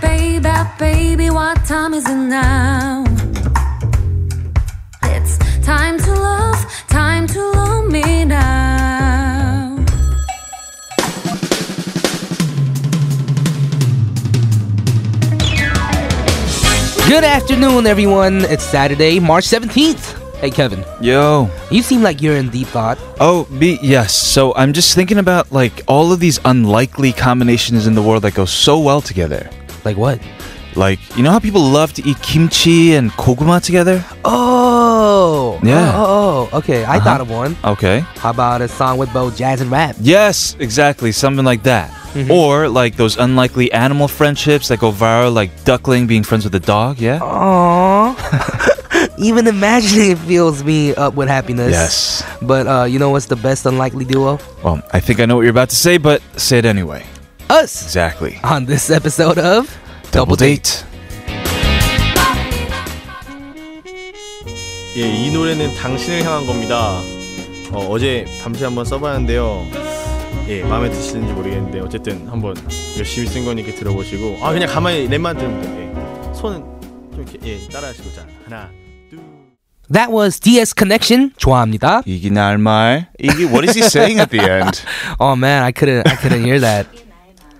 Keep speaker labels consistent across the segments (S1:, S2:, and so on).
S1: Baby, baby, what time is it now? It's time to love, time to love me now.
S2: Good afternoon, everyone. It's Saturday, March 17th. Hey, Kevin,
S3: Yo.
S2: you seem like you're in deep thought.
S3: Oh, me, yes. So I'm just thinking about like all of these unlikely combinations in the world that go so well together.
S2: Like what?
S3: Like, you know how people love to eat kimchi and koguma together?
S2: Oh!
S3: Yeah.
S2: Oh, oh, oh. okay. I
S3: Uh-huh.
S2: thought of one.
S3: Okay.
S2: How about a song with both jazz and rap?
S3: Yes, exactly. Something like that. Or like those unlikely animal friendships that go viral, like duckling being friends with a dog, yeah?
S2: Aww. Even imagining it fills me up with happiness.
S3: Yes.
S2: But uh, you know what's the best unlikely duo?
S3: Well, I think I know what you're about to say, but say it anyway.
S2: Us!
S3: Exactly.
S2: On this episode of
S3: Double date.
S4: 예, 이 노래는 당신을 향한 겁니다. 어, 제 밤새 한번 써봤는데요. 예, 마음에 드시는지 모르겠는데 어쨌든 한번 열심히 쓴 거니까 들어보시고 아 그냥 가만히 랩만 들으면 돼요. 예. 손은 좀 이렇게 예, 따라하시고 자 하나 둘.
S2: That was DS Connection. 좋아합니다.
S3: 이기 날 말. 이기, what is he saying at the end?
S2: Oh man, I couldn't I couldn't hear that.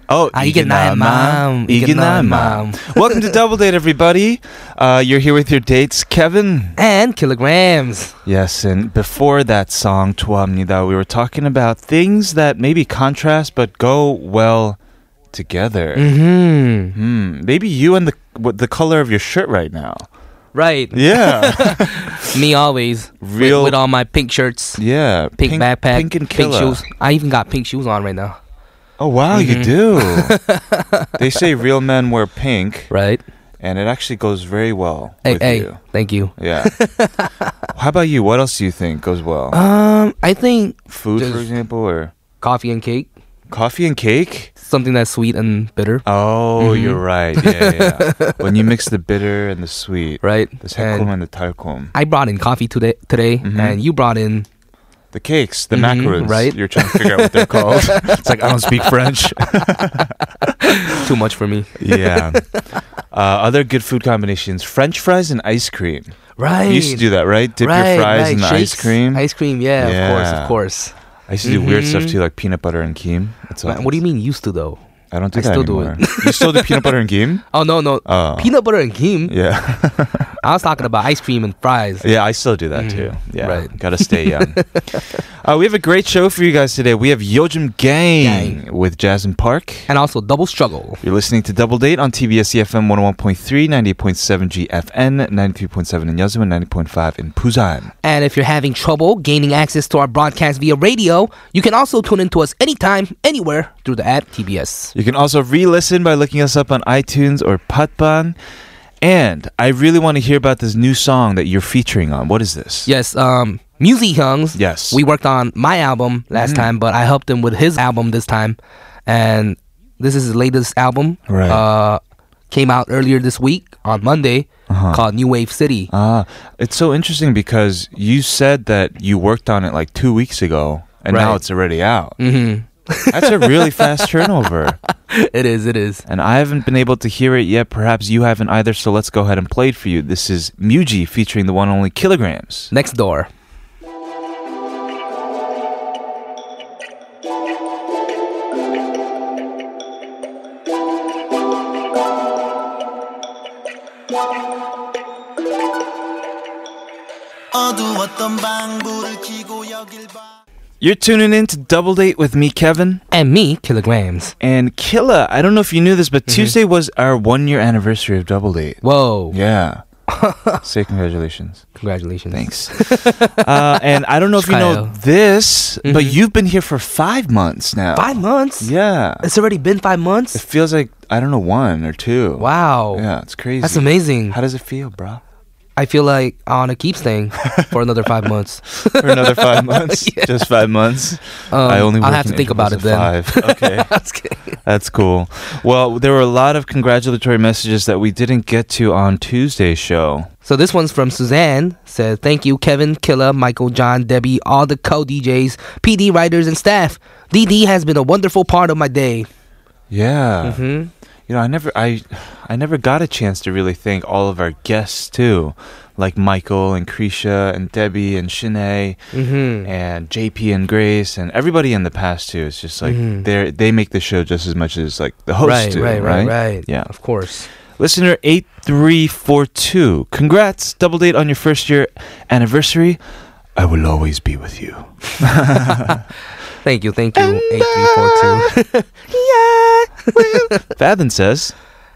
S3: Oh,
S2: 아, 이게 나의 마음. 이게 나의 마음.
S3: Welcome to Double Date, everybody. Uh, you're here with your dates, Kevin.
S2: And kilograms.
S3: Yes, and before that song, 좋아합니다, we were talking about things that maybe contrast but go well together.
S2: Hmm.
S3: Hmm, maybe you and the with the color of your shirt right now.
S2: Right.
S3: Yeah,
S2: Me always. With-
S3: Real-
S2: With, all my pink shirts,
S3: yeah.
S2: pink, backpack,
S3: pink and killer.
S2: shoes. I even got pink shoes on right now.
S3: Oh wow, you do. they say real men wear pink,
S2: Right.
S3: and it actually goes very well
S2: Hey,
S3: with
S2: hey.
S3: you.
S2: Thank you.
S3: Yeah. How about you? What else do you think goes well?
S2: Um, I think
S3: Food, for
S2: just-
S3: example, or
S2: coffee and cake,
S3: coffee and cake?
S2: something that's sweet and bitter.
S3: Oh, you're right. Yeah, yeah, yeah. when you mix the bitter and the sweet,
S2: Right.
S3: the 새콤
S2: And
S3: and the 달콤,
S2: I brought in coffee today, today,
S3: Mm-hmm.
S2: and you brought in
S3: the cakes, the
S2: Mhm,
S3: macarons.
S2: right.
S3: You're trying to figure out what they're called. Mm-hmm, it's like I don't speak French.
S2: too much for me.
S3: yeah. Uh, other good food combinations: French fries and ice cream.
S2: Right.
S3: You used to do that, right? Dip your fries in the ice Mm-hmm.
S2: Shakes,
S3: cream.
S2: Ice cream, yeah,
S3: Yeah.
S2: of course, of course.
S3: I used to do weird stuff
S2: Mhm.
S3: too, like peanut butter and cream. That's all.
S2: Man, what do you mean used to though?
S3: I don't do
S2: I
S3: that
S2: still do
S3: anymore. you still do peanut butter and cream?
S2: Oh no no,
S3: Oh.
S2: peanut butter and cream.
S3: Yeah.
S2: I was talking about ice cream and fries.
S3: Yeah, I still do that too. Yeah,
S2: Right.
S3: gotta stay young. uh, we have a great show for you guys today. We have Yojim Gang, with Jasmine Park.
S2: and also double struggle.
S3: You're listening to Double Date on TBS EFM 101.3, 98.7 GFN, 93.7 in Yeosu, and 90.5 in Busan.
S2: And if you're having trouble gaining access to our broadcast via radio, you can also tune in to us anytime, anywhere through the app TBS.
S3: You can also re-listen by looking us up on iTunes or Patban. And I really want to hear about this new song that you're featuring on. What is this?
S2: Yes, um, Musi Hyung's.
S3: Yes. Mm-hmm.
S2: We worked on my album last time, but I helped him with his album this time. And this is his latest album.
S3: Right.
S2: Uh, came out earlier this week on Monday
S3: Uh-huh.
S2: called New Wave City.
S3: Ah, it's so interesting because you said that you worked on it like two weeks ago, and now
S2: Right.
S3: it's already out.
S2: hmm
S3: That's a really fast turnover,
S2: it is, it is.
S3: and I haven't been able to hear it yet. Perhaps you haven't either. So let's go ahead and play it for you. This is Muji featuring the one and only Kilograms.
S2: Next door.
S5: 어두웠던 방 불을 켜고 여길 봐
S3: You're tuning in to Double Date with me, Kevin.
S2: And me, Kilograms.
S3: And Killa, I don't know if you knew this, but Tuesday was our one year anniversary of Double Date.
S2: Whoa.
S3: Yeah. Say congratulations.
S2: Congratulations.
S3: Thanks. uh, and I don't know if you know
S2: Trial. Mm-hmm.
S3: this, but you've been here for five months now.
S2: Five months?
S3: Yeah.
S2: It's already been five
S3: It
S2: months?
S3: feels like, I don't know, one or two.
S2: Wow.
S3: Yeah, it's crazy.
S2: That's amazing.
S3: How does it feel, bro?
S2: I feel like I want to keep staying for another five months.
S3: For another five months? Just five months?
S2: Um,
S3: I only
S2: I'll
S3: work
S2: have
S3: in
S2: to think about it
S3: intervals
S2: then.
S3: of Five. Okay.
S2: I was kidding.
S3: That's cool. Well, there were a lot of congratulatory messages that we didn't get to on Tuesday's show.
S2: So this one's from Suzanne. Said, thank you, Kevin, Killa, Michael, John, Debbie, all the co-DJs, PD writers, and staff. DD has been a wonderful part of my day.
S3: Yeah.
S2: hmm
S3: you know, I never, I, I never got a chance to really thank all of our guests too, like Michael and Krisha and Debbie and Shanae
S2: Mm-hmm.
S3: and JP and Grace and everybody in the past too. It's just like
S2: Mhm.
S3: they're they make the show just as much as like the hosts
S2: right,
S3: do,
S2: right, right, right.
S3: Yeah.
S2: of course.
S3: Listener 8342, congrats, double date on your first year anniversary. I will always be with you.
S2: Thank you, thank you. Eight three four two.
S3: Fathom says,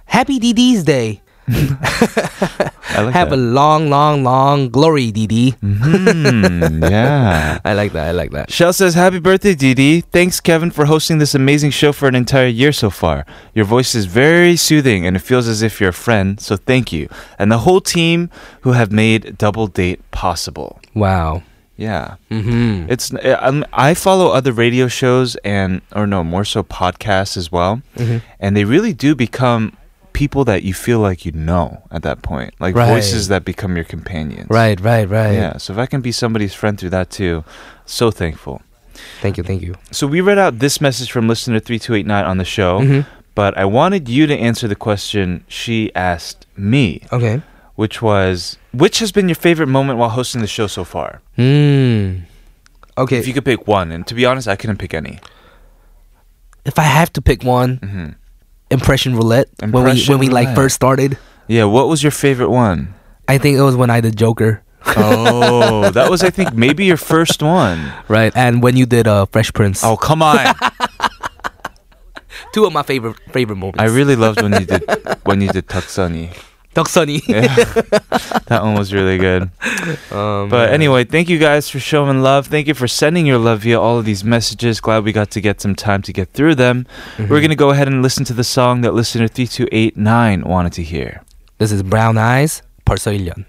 S2: Happy DD's Day.
S3: I like
S2: Have a
S3: that.
S2: long, long, long glory DD.
S3: Mm-hmm. Hmm, yeah.
S2: I like that. I like that.
S3: Shell says, Happy birthday, DD. Thanks, Kevin, for hosting this amazing show for an entire year so far. Your voice is very soothing and it feels as if you're a friend, so thank you. And the whole team who have made Double Date possible.
S2: Wow.
S3: Yeah.
S2: Mm-hmm.
S3: It's i I follow other radio shows and or no more so podcasts as well,
S2: Mm-hmm.
S3: and they really do become people that you feel like you know at that point, like
S2: Right.
S3: voices that become your companions.
S2: Right, right, right.
S3: Yeah. So if I can be somebody's friend through that too, so thankful.
S2: Thank you, thank you.
S3: So we read out this message from listener three two eight nine on the show,
S2: Mhm.
S3: but I wanted you to answer the question she asked me,
S2: Okay.
S3: which was which has been your favorite moment while hosting the show so far?
S2: Hmm. Okay.
S3: If you could pick one, and to be honest, I couldn't pick any.
S2: if I have to pick one,
S3: hmm
S2: impression roulette.
S3: Impression
S2: when we when we like
S3: roulette.
S2: first started,
S3: Yeah, what was your favorite one?
S2: I think it was when I did Joker,
S3: Oh, that was I think maybe your first one.
S2: right? And when you did uh, Fresh Prince.
S3: Oh, come on.
S2: two of my favorite favorite moments.
S3: I really loved when you did when you did Tuxani.
S2: Duck Sunny.
S3: Yeah. that one was really good.
S2: um,
S3: But anyway, thank you guys for showing love. Thank you for sending your love via all of these messages. Glad we got to get some time to get through them. We're going to go ahead and listen to the song that listener 3289 wanted to hear.
S2: this is Brown Eyes. 벌써 1년.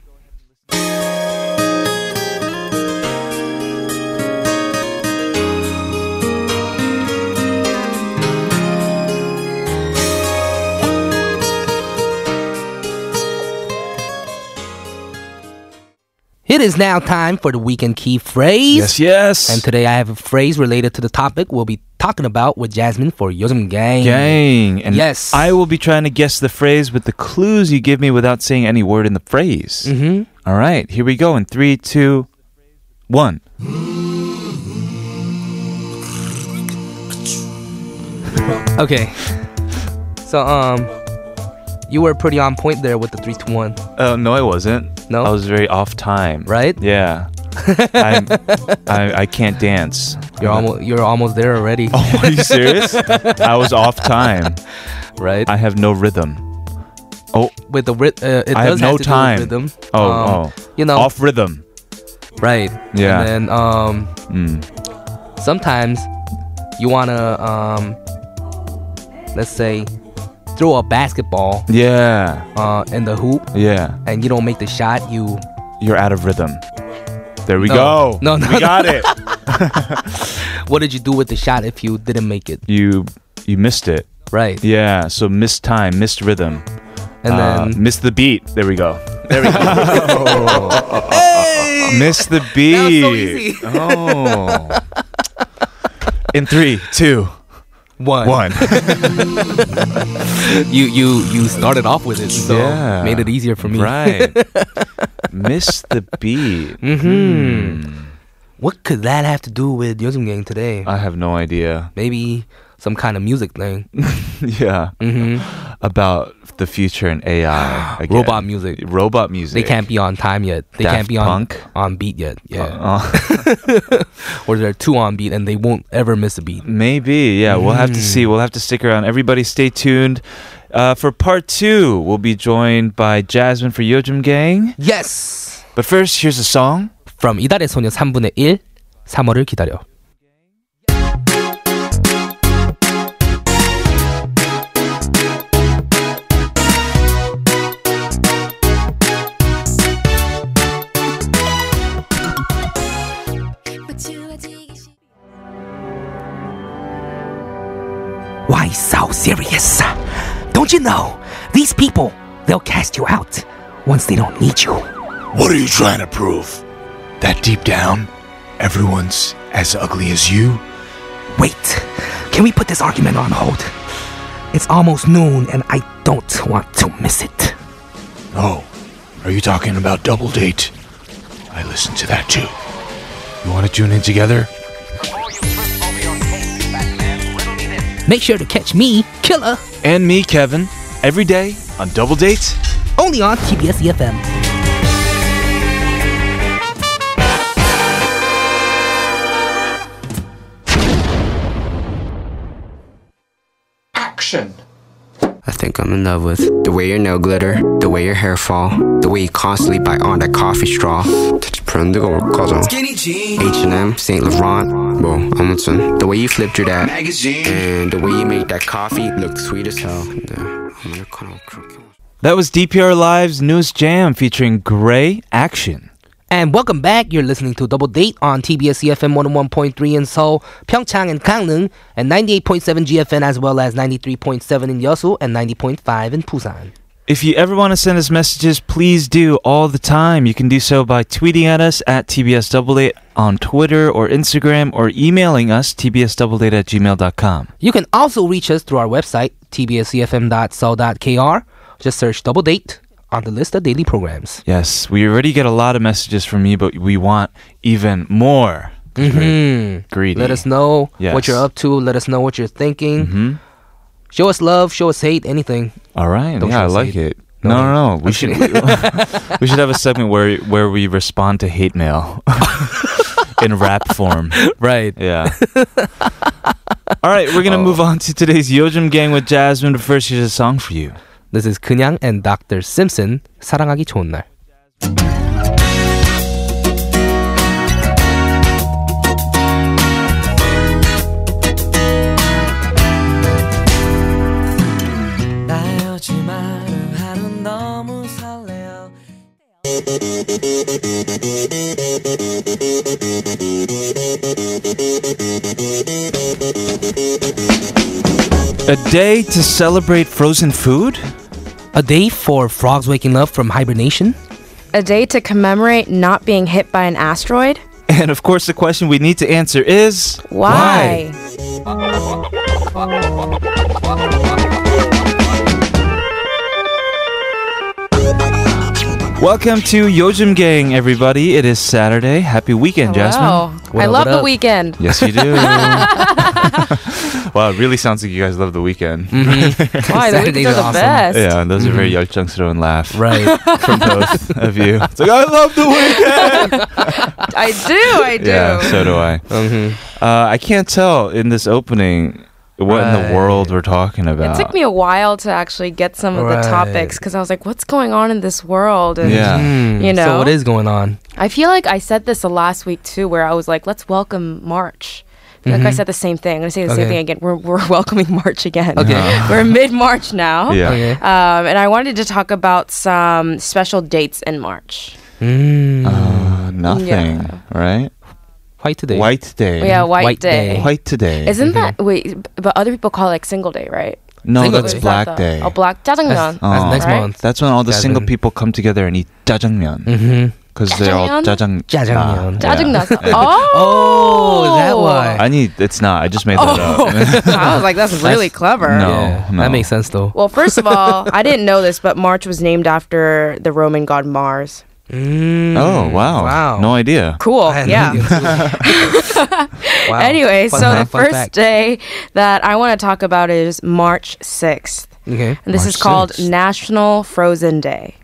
S2: It is now time for the weekend key phrase.
S3: yes.
S2: And today I have a phrase related to the topic we'll be talking about with Jasmine for Yozum Gang.
S3: Gang. And
S2: Yes.
S3: I will be trying to guess the phrase with the clues you give me without saying any word in the phrase.
S2: hmm
S3: All right, here we go in three, two, one.
S2: Okay. So um you were pretty on point there with the 3 to 1,
S3: Oh no, I wasn't.
S2: No?
S3: I was very off time.
S2: right?
S3: Yeah. I'm, I I can't dance.
S2: You're almost you're almost there already,
S3: Oh, are you serious? I was off time.
S2: right?
S3: I have no rhythm. Oh,
S2: with the rhythm, uh, it
S3: I
S2: does
S3: have no
S2: to do with
S3: time.
S2: rhythm.
S3: oh,
S2: Um,
S3: oh.
S2: you know,
S3: Off rhythm.
S2: right?
S3: Yeah.
S2: And then um
S3: Mm.
S2: sometimes you wanna um let's say throw a basketball
S3: Yeah.
S2: uh in the hoop
S3: Yeah.
S2: and you don't make the shot, you
S3: You're out of rhythm. There we
S2: No.
S3: go.
S2: No, no,
S3: We got it.
S2: what did you do with the shot if you didn't make it?
S3: You you missed it.
S2: Right.
S3: Yeah. So missed time, missed rhythm.
S2: And
S3: Uh,
S2: then
S3: missed the beat. There we go. There we go. Uh, Missed the beat.
S2: That was so easy.
S3: Oh. In three, two,
S2: one.
S3: one.
S2: You you you started off with it, so
S3: Yeah.
S2: made it easier for me.
S3: Right. Missed the beat.
S2: Hmm. What could that have to do with Yozum Gang today?
S3: I have no idea.
S2: Maybe some kind of music thing.
S3: Yeah.
S2: hmm
S3: About the future and AI. again.
S2: Robot music.
S3: Robot music.
S2: They can't be on time yet. They
S3: Daft
S2: can't be on
S3: Punk? Uh-huh.
S2: on beat yet. Yeah.
S3: Uh,
S2: Or they're too on beat and they won't ever miss a beat.
S3: Maybe, yeah. We'll have to
S2: Mm.
S3: see. We'll have to stick around. Everybody, stay tuned. Uh, for part two, we'll be joined by Jasmine for Yojum Gang.
S2: Yes.
S3: But first, here's a song.
S2: From 이달의 소녀 3분의 1 3월을 기다려. Why so serious? Don't you know? These people, they'll cast you out once they don't need you.
S6: What are you trying to prove? That deep down, everyone's as ugly as you?
S2: Wait, can we put this argument on hold? It's almost noon and I don't want to miss it.
S6: Oh, are you talking about Double Date? I listened to that too. You want to tune in together?
S2: Make sure to catch me, Killer,
S3: And me, Kevin, every day on Double Date.
S2: only on TBS EFM.
S7: I think I'm in love with the way your nail glitter, the way your hair fall, the way you constantly bite on that coffee straw. Touch prende 올 거죠. H&M, Saint Laurent, 뭐 아무튼 the way you flip through that, and the way you make that coffee look sweet as hell. 네, 아메리카노 그렇게.
S3: That was DPR Live's newest jam featuring Gray Action.
S2: And welcome back. You're listening to Double Date on TBS EFM 101.3 in Seoul, Pyeongchang and Gangneung, and 98.7 GFN as well as 93.7 in Yeosu and 90.5 in Busan.
S3: If you ever want to send us messages, please do all the time. You can do so by tweeting at us at TBS88 on Twitter or Instagram or emailing us TBS88 at gmail.com.
S2: You can also reach us through our website, tbscfm.so.kr. Just search Double Date on the list of daily programs.
S3: Yes, we already get a lot of messages from you, but we want even more.
S2: Mm-hmm.
S3: Greedy.
S2: Let us know
S3: Yes.
S2: what you're up to. Let us know what you're thinking.
S3: Mhm.
S2: Show us love, show us hate, anything.
S3: All right.
S2: Don't
S3: yeah, I
S2: you
S3: like
S2: say
S3: it. No, no, no. We should we should have a segment where where we respond to hate mail in rap form.
S2: Right.
S3: Yeah. All right, we're gonna move on to today's Yojum Gang with Jasmine. But first, here's a song for you.
S2: This is 그냥 and Dr. Simpson, 사랑하기 좋은 날.
S3: A day to celebrate frozen food.
S2: A day for frogs waking up from hibernation.
S8: A day to commemorate not being hit by an asteroid?
S3: And of course, the question we need to answer is
S8: Why?
S3: Welcome to Yojum Gang, everybody. It is Saturday. Happy weekend, Jasmine.
S8: Wow.
S2: What
S8: I
S2: up,
S8: love
S2: what
S8: the
S2: up?
S8: weekend.
S3: Yes, you do. wow, it really sounds like you guys love the weekend.
S2: Mm-hmm.
S8: Why? The
S2: Saturdays
S8: weekends are the
S2: are awesome.
S8: best.
S3: Yeah, those are very 열정스러운 laugh
S2: Right.
S3: from both of you. It's like, I love the weekend.
S8: I do. I do.
S3: Yeah, so do I.
S2: Mhm.
S3: Uh, I can't tell in this opening what in
S2: Right.
S3: the world we're talking about.
S8: It took me a while to actually get some of
S2: Right.
S8: the topics because I was like, what's going on in this world? And
S3: Yeah.
S2: Hmm,
S8: You
S2: So
S8: know?
S2: what is going on?
S8: I feel like I said this the last week too, where I was like, let's welcome March. I feel Like I said the same thing. I'm gonna say the
S2: Okay.
S8: same thing again. We're, we're welcoming March again.
S2: Okay.
S8: We're mid March now.
S3: Yeah.
S2: Okay.
S8: Um, and I wanted to talk about some special dates in March.
S2: Mm.
S3: Uh, nothing, right?
S2: White today.
S3: White day.
S8: Oh, Yeah, White,
S2: White
S8: Day.
S2: Day.
S3: White today.
S8: Isn't that wait? b- But other people call it like single day, right?
S3: no,
S2: Single
S3: that's
S2: day.
S8: Or is
S3: Black
S8: that the-
S3: Day.
S8: Oh, black
S2: That's,
S8: jajangmyeon.
S2: that's
S3: Oh.
S2: next
S8: Right?
S2: month.
S3: That's when all the
S2: Jasmine.
S3: single people come together and eat jajangmyeon
S2: Mm-hmm.
S3: because they're all jajang Ah.
S8: Jajangmyeon?
S2: Jajangmyeon.
S8: Jajangmyeon.
S3: Yeah.
S8: Oh,
S2: Oh, is that why?
S3: I need. It's not. I just made that
S8: Oh,
S3: up.
S8: I was like, that's really clever.
S3: No,
S2: yeah,
S3: no.
S2: That makes sense though.
S8: Well, first of all, I didn't know this, but March was named after the Roman god Mars.
S2: Mm.
S3: Oh wow!
S2: Wow.
S3: No idea.
S8: Cool.
S2: I had no
S8: Oh, yeah.
S2: idea, too. wow.
S8: Anyway,
S2: Fun
S8: so the
S2: fact, fun
S8: first
S2: fact.
S8: day that I want to talk about is March 6th.
S2: Okay.
S8: And this
S3: March
S8: is called
S3: 6th.
S8: National Frozen Day.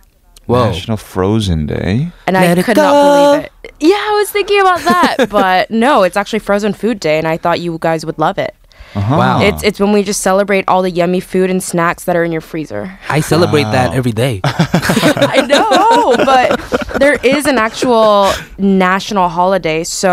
S2: Whoa.
S3: National Frozen Day.
S8: And
S2: Let
S8: I
S2: it
S8: could
S2: go.
S8: not believe it. Yeah, I was thinking about that, but no, it's actually Frozen Food Day, and I thought you guys would love it.
S3: Uh-huh.
S2: Wow.
S8: It's it's when we just celebrate all the yummy food and snacks that are in your freezer.
S2: I celebrate that every day.
S8: I know, but there is an actual national holiday. So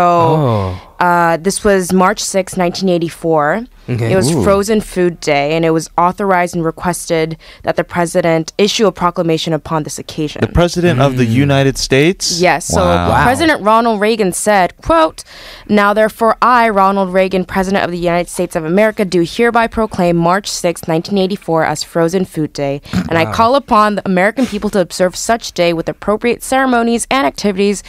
S2: Oh.
S8: uh, this was March 6, 1984.
S2: Okay.
S8: It was
S3: Ooh.
S8: Frozen Food Day, and it was authorized and requested that the president issue a proclamation upon this occasion.
S3: The president of the
S2: Mm.
S3: United States.
S8: Yes. So
S3: Wow.
S2: Wow.
S8: President Ronald Reagan said, quote, Now therefore I, Ronald Reagan, President of the United States of America, do hereby proclaim March 6, 1984 as Frozen Food Day. And I call upon the American people to observe such day with appropriate ceremonies and activities.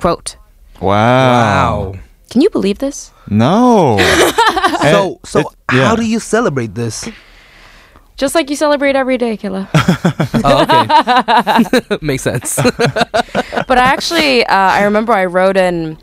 S8: Quote.
S3: Wow.
S2: Oh. Wow.
S8: Can you believe this?
S3: No. Eh,
S2: So so
S3: it- yeah.
S2: how do you celebrate this?
S8: Just like you celebrate every day, Killa.
S2: Oh, okay. Makes sense.
S8: but I actually, uh, I remember I wrote an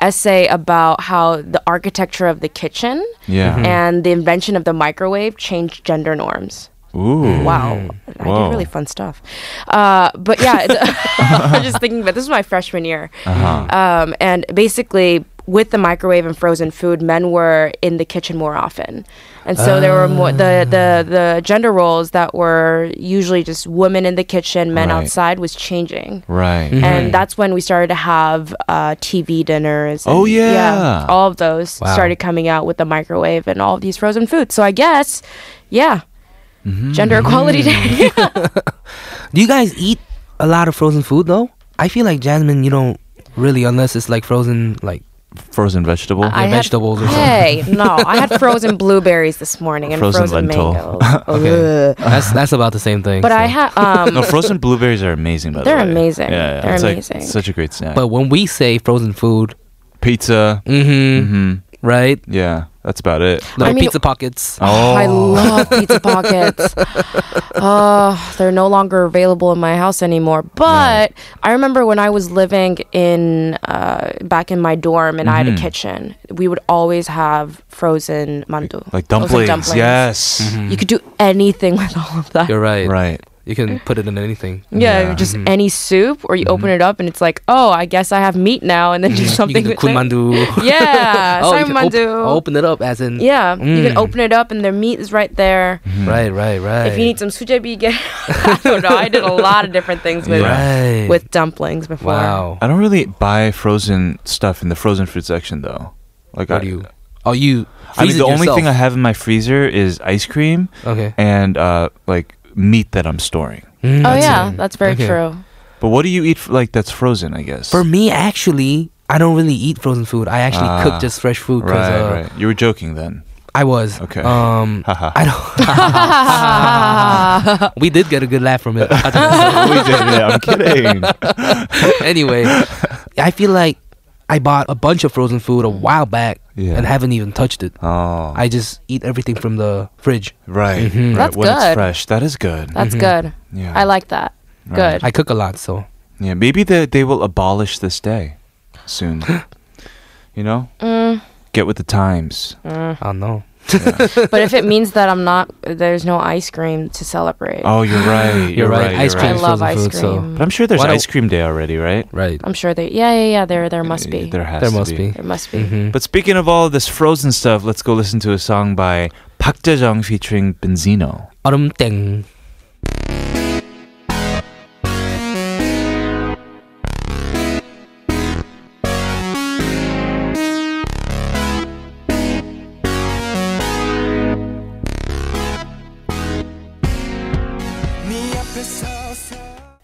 S8: essay about how the architecture of the kitchen
S3: Yeah.
S8: and the invention of the microwave changed gender norms.
S3: Ooh.
S8: Wow. I
S3: Mm. Whoa.
S8: did really fun stuff. Uh, but yeah, I'm just thinking about this was my freshman year.
S3: Uh-huh.
S8: Um, and basically, with the microwave and frozen food, men were in the kitchen more often. And so there were more
S3: Ah.
S8: the, the, the gender roles that were usually just women in the kitchen, men
S3: Right.
S8: outside was changing.
S3: Right.
S8: And that's when we started to have uh, TV dinners.
S3: Oh,
S8: and-
S3: yeah.
S8: all of those
S2: Wow.
S8: started coming out with the microwave and all of these frozen foods. So I guess, yeah, gender equality day.
S2: Do you guys eat a lot of frozen food though? I feel like Jasmine, you don't really, unless it's like frozen, like
S3: Frozen vegetable.
S8: I had-
S2: vegetables or something.
S8: Hey, no, I had frozen blueberries this morning and
S3: Frozen
S8: frozen,
S3: lentil.
S8: mangoes.
S2: Okay.
S8: Ugh.
S2: that's that's about the same thing.
S8: But I
S2: so.
S8: had um,
S3: no, frozen blueberries are amazing. By
S8: They're
S3: the way,
S8: amazing.
S3: Yeah, yeah.
S8: They're
S3: it's
S8: amazing.
S3: like such a great snack.
S2: But when we say frozen food,
S3: pizza.
S2: mm-hmm,
S3: hmm
S2: right?
S3: Yeah, that's about it.
S2: Little
S8: mean-
S2: pizza pockets.
S8: Oh, I love pizza pockets. Oh, they're no longer available in my house anymore. But I remember when I was living in uh, back in my dorm and I
S2: Mm-hmm.
S8: had a kitchen. We would always have frozen mandu,
S3: Like
S8: Frozen
S3: dumplings. Yes.
S8: You could do anything with all of that.
S2: You're right. Mm-hmm.
S3: Right.
S2: You can put it in anything.
S8: yeah,
S3: Yeah.
S8: just any soup, or you open it up and it's like, oh, I guess I have meat now, and then do something
S2: Mm-hmm. you
S8: with
S2: can
S8: it.
S2: do kumandu.
S8: Yeah,
S2: oh, you
S8: sorry,
S2: can op-
S8: mandu.
S2: open it up as in.
S8: Yeah, you can
S2: Mm.
S8: open it up and their meat is right there.
S3: Mm-hmm.
S2: Right, right, right.
S8: If you need some sujebi, get. I don't know. I did a lot of different things with
S2: Right.
S8: with dumplings before.
S2: wow.
S3: I don't really buy frozen stuff in the frozen food section though. Like
S2: What
S3: I,
S2: do you? Oh, you.
S3: I mean,
S2: freeze it
S3: the only
S2: yourself.
S3: thing I have in my freezer is ice cream
S2: Okay.
S3: and uh, like meat that I'm storing.
S2: Mm,
S8: Oh
S2: that's it.
S8: yeah, that's very
S2: Okay.
S8: true.
S3: But what do you eat f- like that's frozen? I guess.
S2: For me, actually, I don't really eat frozen food. I actually
S3: Ah,
S2: cook just fresh food. 'cause,
S3: right,
S2: uh,
S3: right. You were joking then.
S2: I was.
S3: Okay.
S2: Um,
S3: Haha.
S2: I don't. we did get a good laugh from it. Oh,
S3: we did. Yeah, I'm kidding.
S2: anyway, I feel like I bought a bunch of frozen food a while back
S3: Yeah.
S2: and haven't even touched it.
S3: Oh,
S2: I just eat everything from the fridge.
S3: right.
S2: Mhm.
S3: right.
S8: That's
S3: when it's
S8: good.
S3: fresh, that is good.
S8: That's
S2: Mhm.
S8: good.
S3: yeah.
S8: I like that.
S3: Right.
S8: Good.
S2: I cook a lot, so
S3: Yeah, maybe they they will abolish this day soon. you know,
S8: Mm,
S3: get with the times.
S2: I don't know.
S8: but if it means that I'm not, there's no ice cream to celebrate.
S3: Oh, you're right.
S2: You're right. Ice
S8: I
S2: cream is
S8: love
S2: frozen
S8: ice
S2: food, so-
S8: cream.
S3: But I'm sure there's
S2: Why don't-
S3: ice cream day already, right?
S2: Right.
S8: I'm sure there. Yeah, yeah, yeah. There, there must be.
S3: There has
S2: There
S3: to
S2: must be.
S8: There must be.
S2: hmm
S3: But speaking of all this frozen stuff, let's go listen to a song by Park Jae-jung featuring Benzino.
S2: 얼음 땡.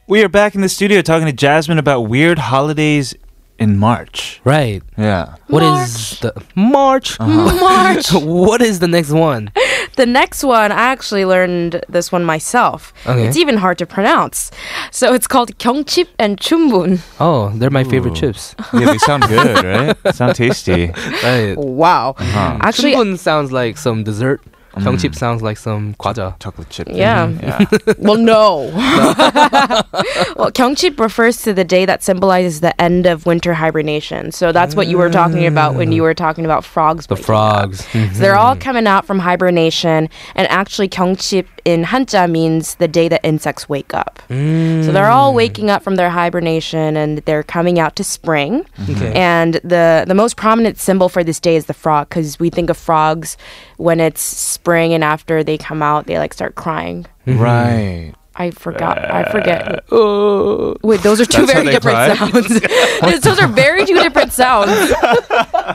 S3: We are back in the studio talking to Jasmine about weird holidays in March.
S2: Right.
S3: Yeah.
S2: What is the March?
S3: Uh-huh.
S8: March.
S2: what is the next one?
S8: The next one, I actually learned this one myself.
S2: Okay.
S8: It's even hard to pronounce. So it's called 경칩 and 춘분.
S2: Oh, they're my favorite
S3: Ooh.
S2: chips.
S3: Yeah, they sound good, right? Sound tasty.
S2: Right.
S8: Wow.
S3: Uh-huh.
S8: Actually,
S2: Sunbun sounds like some dessert.
S3: Mm.
S2: 경칩 sounds like some 과자.
S3: Chocolate chip.
S8: Yeah.
S3: Yeah.
S8: well, no. well, 경칩 refers to the day that symbolizes the end of winter hibernation. So that's what you were talking about when you were talking about frogs.
S2: The
S8: waking up.
S2: frogs. Mm-hmm.
S8: So they're all coming out from hibernation, and actually, 경칩 in Hanja means the day that insects wake up. So they're all waking up from their hibernation, and they're coming out to spring.
S2: Okay.
S8: And the the most prominent symbol for this day is the frog, because we think of frogs when it's spring, and after they come out, they like start crying.
S3: Right.
S8: I forgot. I forget. Wait, those are two very
S3: Uh, they cry?
S8: different sounds. Yes, those are very two different sounds. How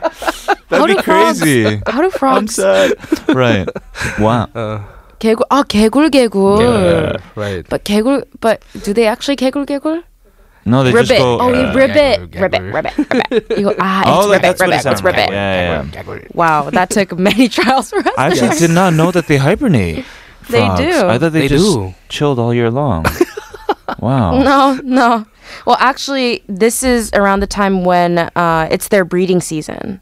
S3: That'd
S8: do
S3: be
S8: frogs-
S3: crazy.
S8: How do
S3: I'm
S8: frogs?
S3: sad. right. Wow.
S8: 개굴. 아, 개굴 개굴.
S2: Yeah, right.
S8: oh, But 개굴. But do they actually 개굴 개굴?
S3: No, they
S8: Ribbit.
S3: just go.
S8: oh, you
S3: uh,
S8: ribbit.
S2: 개굴,
S8: Ribbit.
S2: 개굴.
S8: Ribbit. Ribbit. You go. Ah,
S3: Oh,
S8: it's
S3: like
S8: ribbit.
S3: that's what it
S8: Ribbit.
S3: sounds
S8: It's
S3: like.
S8: ribbit.
S3: Yeah, yeah.
S8: Wow, that took many trials for us.
S3: I actually did not know that they hibernate.
S8: They
S3: frogs.
S8: do.
S3: I thought
S2: They
S3: they, just
S2: do.
S3: chilled all year long.
S2: Oh.
S3: wow.
S8: No, no. Well, actually, this is around the time when uh, it's their breeding season.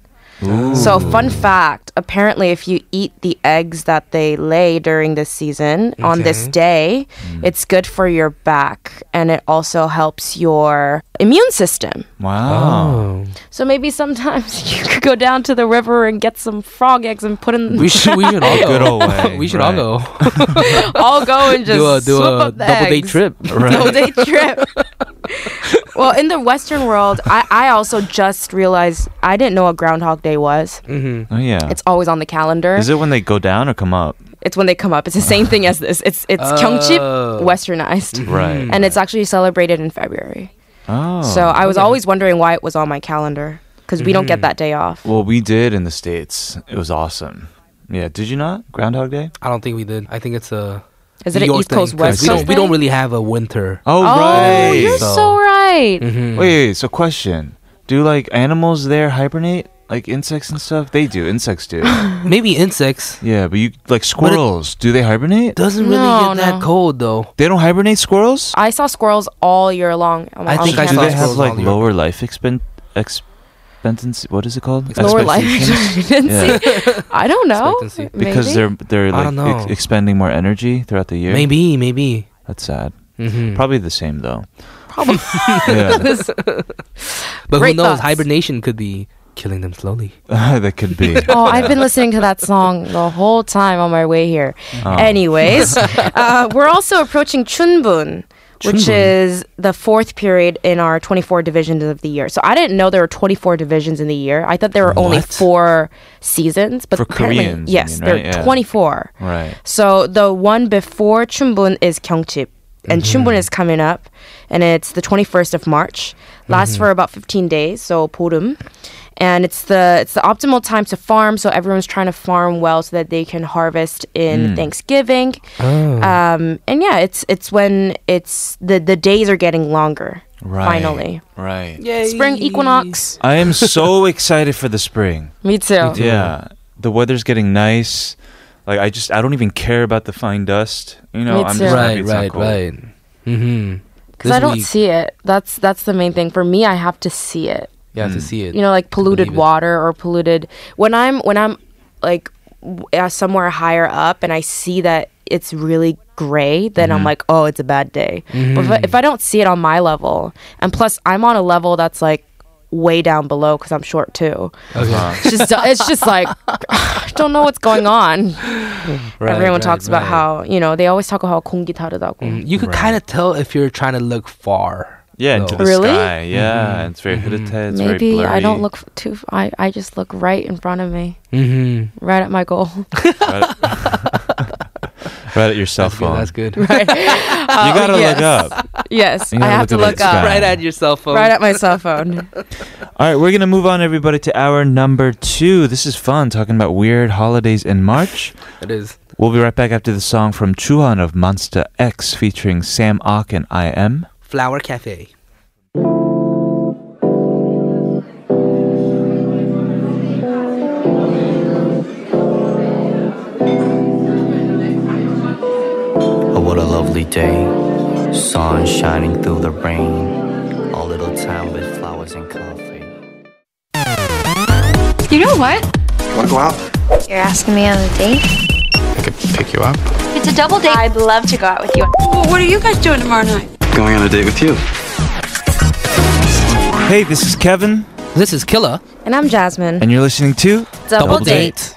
S8: So, fun fact apparently, if you eat the eggs that they lay during this season on this day,
S2: Mm.
S8: it's good for your back and it also helps your immune system.
S3: Wow.
S2: Oh.
S8: So, maybe sometimes you could go down to the river and get some frog eggs and put in.
S2: We should. We should all
S3: Good
S2: go.
S3: old way.
S2: we should
S3: right.
S2: all go.
S8: all go and just
S2: do a do
S8: swoop
S2: a
S8: up the
S2: double day
S8: eggs.
S2: trip.
S8: No, they trip. well, in the Western world, I, I also just realized I didn't know what Groundhog Day was.
S2: Mm-hmm.
S3: Oh yeah.
S8: It's always on the calendar.
S3: Is it when they go down or come up?
S8: It's when they come up. It's the same thing as this. It's it's
S2: Oh.
S8: Gyeongchip westernized.
S3: Right.
S8: And it's actually celebrated in February.
S3: oh.
S8: So I was always wondering why it was on my calendar because we
S2: Mm.
S8: don't get that day off.
S3: well, we did in the states. It was awesome. Yeah. Did you not Groundhog Day?
S2: I don't think we did. I think it's a.
S8: Is it
S2: New
S8: an
S2: York
S8: East Coast,
S2: thing, 'cause
S8: West
S2: we
S8: Coast?
S2: don't, we don't
S8: thing?
S2: really have a winter.
S3: Oh,
S8: Oh,
S3: right.
S8: you're
S2: So- Mm-hmm.
S8: so, right.
S3: Wait, wait, so question. Do like animals there hibernate? Like insects and stuff? They do. Insects do.
S2: Maybe insects
S3: yeah, but you like squirrels, do they hibernate?
S2: doesn't really
S8: No,
S2: get that
S8: no.
S2: cold though.
S3: They don't hibernate squirrels?
S8: I saw squirrels all year long. on-
S2: I
S8: on
S2: think
S8: the
S2: I
S3: do
S2: saw
S3: they
S8: campus.
S3: have
S2: squirrels
S3: like
S2: all year.
S3: lower life expen- expectancy? What is it called?
S8: lower life
S3: Expectations?
S8: expectancy. I don't know.
S2: Expectancy.
S3: Because
S8: Maybe?
S3: they're they're
S2: I
S3: like
S2: don't know.
S3: ex- expending more energy throughout the year.
S2: Maybe, maybe.
S3: that's sad.
S2: Mhm.
S3: Probably the same though.
S8: Probably.
S3: Yeah,
S2: But
S8: Great
S2: who knows?
S8: thoughts.
S2: Hibernation could be killing them slowly.
S3: that could be.
S8: oh, I've been listening to that song the whole time on my way here.
S3: Oh.
S8: Anyways, uh, we're also approaching Chunbun, which is the fourth period in our 24 divisions of the year. So I didn't know there were 24 divisions in the year. I thought there were only
S2: What?
S8: four seasons, but
S3: For
S8: apparently,
S3: Koreans, you
S8: yes,
S3: mean, right? Yeah.
S8: there are 24.
S3: Right.
S8: So the one before Chunbun is Gyeongchip. And Chunbun is coming up, and it's the 21st of March. Lasts for about 15 days, so 보름. And it's the it's the optimal time to farm, so everyone's trying to farm well so that they can harvest in Thanksgiving. Um, and yeah, it's it's when it's the the days are getting longer.
S3: Right.
S8: Finally,
S3: Right.
S8: spring equinox.
S3: I am so excited for the spring.
S8: Oh. Me too.
S3: Yeah. The weather's getting nice. Like I just I don't even care about the fine dust. You know,
S8: Me
S3: I'm
S8: too.
S3: just
S2: Right,
S3: happy it's not
S2: right,
S3: cold.
S2: right. Mm-hmm.
S8: Because I don't see it. That's that's the main thing for me. I have to see it.
S2: You have to see it.
S8: Mm. you know like polluted
S2: believe it.
S8: water or polluted when i'm when i'm like w- uh, somewhere higher up and i see that it's really gray
S3: Mm-hmm.
S8: then i'm like oh it's a bad day but if I, if I don't see it on my level and plus i'm on a level that's like way down below because i'm short too it's just it's just like i don't know what's going on
S2: Right,
S8: everyone
S2: right,
S8: talks
S2: right.
S8: about how you know they always talk about how 공기 다르다고
S3: Mm-hmm.
S2: you could kind of tell if you're trying to look far.
S3: Yeah,
S2: though.
S3: into the
S8: Really?
S3: sky. Yeah,
S2: Mm-hmm.
S3: it's very hooded. It's very
S8: maybe
S3: blurry.
S8: i don't look f- too f- I, I just look right in front of me
S2: Mhm.
S8: right at my goal
S3: right at your cell
S2: That's good.
S3: phone.
S2: That's good.
S3: You gotta
S8: Oh, yes.
S3: look up.
S8: yes
S3: You
S8: i
S3: gotta
S8: have to
S3: look at
S8: look
S3: the
S8: up
S3: sky.
S2: right at your cell phone.
S8: right at my cell phone.
S3: All right, we're gonna move on, everybody, to hour number two. This is fun talking about weird holidays in March.
S2: it is.
S3: We'll be right back after the song from Chuhan of Monster X featuring Sam Ock and I M.
S2: Flower Cafe.
S7: Oh, what a lovely day. Sun shining through the rain. A little town with flowers and coffee.
S1: You know what?
S6: Want to go out?
S9: You're asking me on a date?
S6: I could pick you up.
S9: It's a double date. I'd love to go out with you.
S1: What are you guys doing tomorrow night?
S6: Going on a date with you.
S3: Hey, this is Kevin,
S2: This is Killa.
S8: And I'm Jasmine.
S3: and you're listening to
S8: Double date.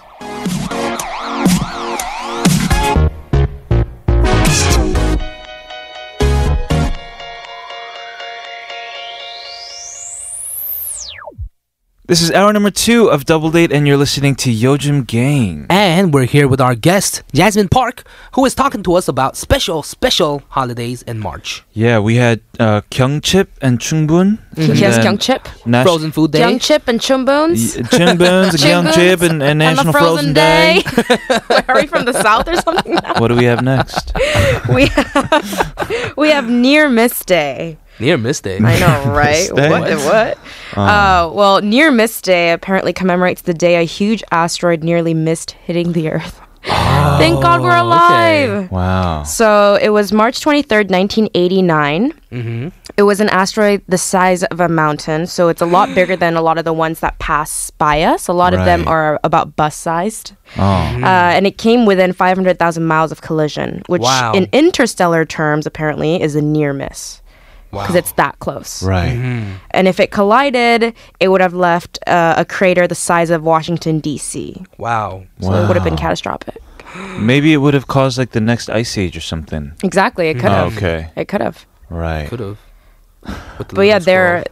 S3: This is hour number two of Double Date, and you're listening to Yojim Gang.
S2: And we're here with our guest, Jasmine Park, who is talking to us about special, special holidays in March.
S3: Yeah, we had uh, Gyeongchip and Chungbun. and
S8: Yes,
S3: then
S8: Gyeongchip.
S3: Nas-
S2: Frozen food day.
S8: Gyeongchip and Chumboons.
S3: Y- Chungbun's and Gyeongchip and, and
S8: on
S3: National
S8: the
S3: Frozen, Day.
S8: Wait, are we from the south or something?
S3: what do we have next?
S8: we have, we have near miss day.
S2: Near miss day.
S8: I know, right?
S3: day? Ah.
S8: What? the What? Uh, well, near miss day apparently
S3: Oh,
S8: commemorates the day a huge asteroid nearly missed hitting the Earth. Thank God we're
S2: okay.
S8: alive. alive.
S3: Wow.
S8: So it was March 23rd, 1989.
S2: Mm-hmm.
S8: It was an asteroid the size of a mountain, so it's a lot bigger than a lot of the ones that pass by us. A lot of them
S3: Right.
S8: are about bus sized.
S3: Oh.
S8: Uh, and it came within 500,000 miles of collision, which
S2: Wow.
S8: in interstellar terms apparently is a near miss
S2: Wow.
S8: because it's that close.
S3: Right.
S8: Mm-hmm. And if it collided, it would have left uh, a crater the size of Washington, D.C.
S2: Wow.
S8: So it would have been
S3: Wow.
S8: catastrophic.
S3: Maybe it would have caused like the next ice age or something. Oh,
S8: Exactly, it could have.
S3: Hmm. okay.
S8: It could have.
S3: Right.
S2: Could have.
S8: But yeah, there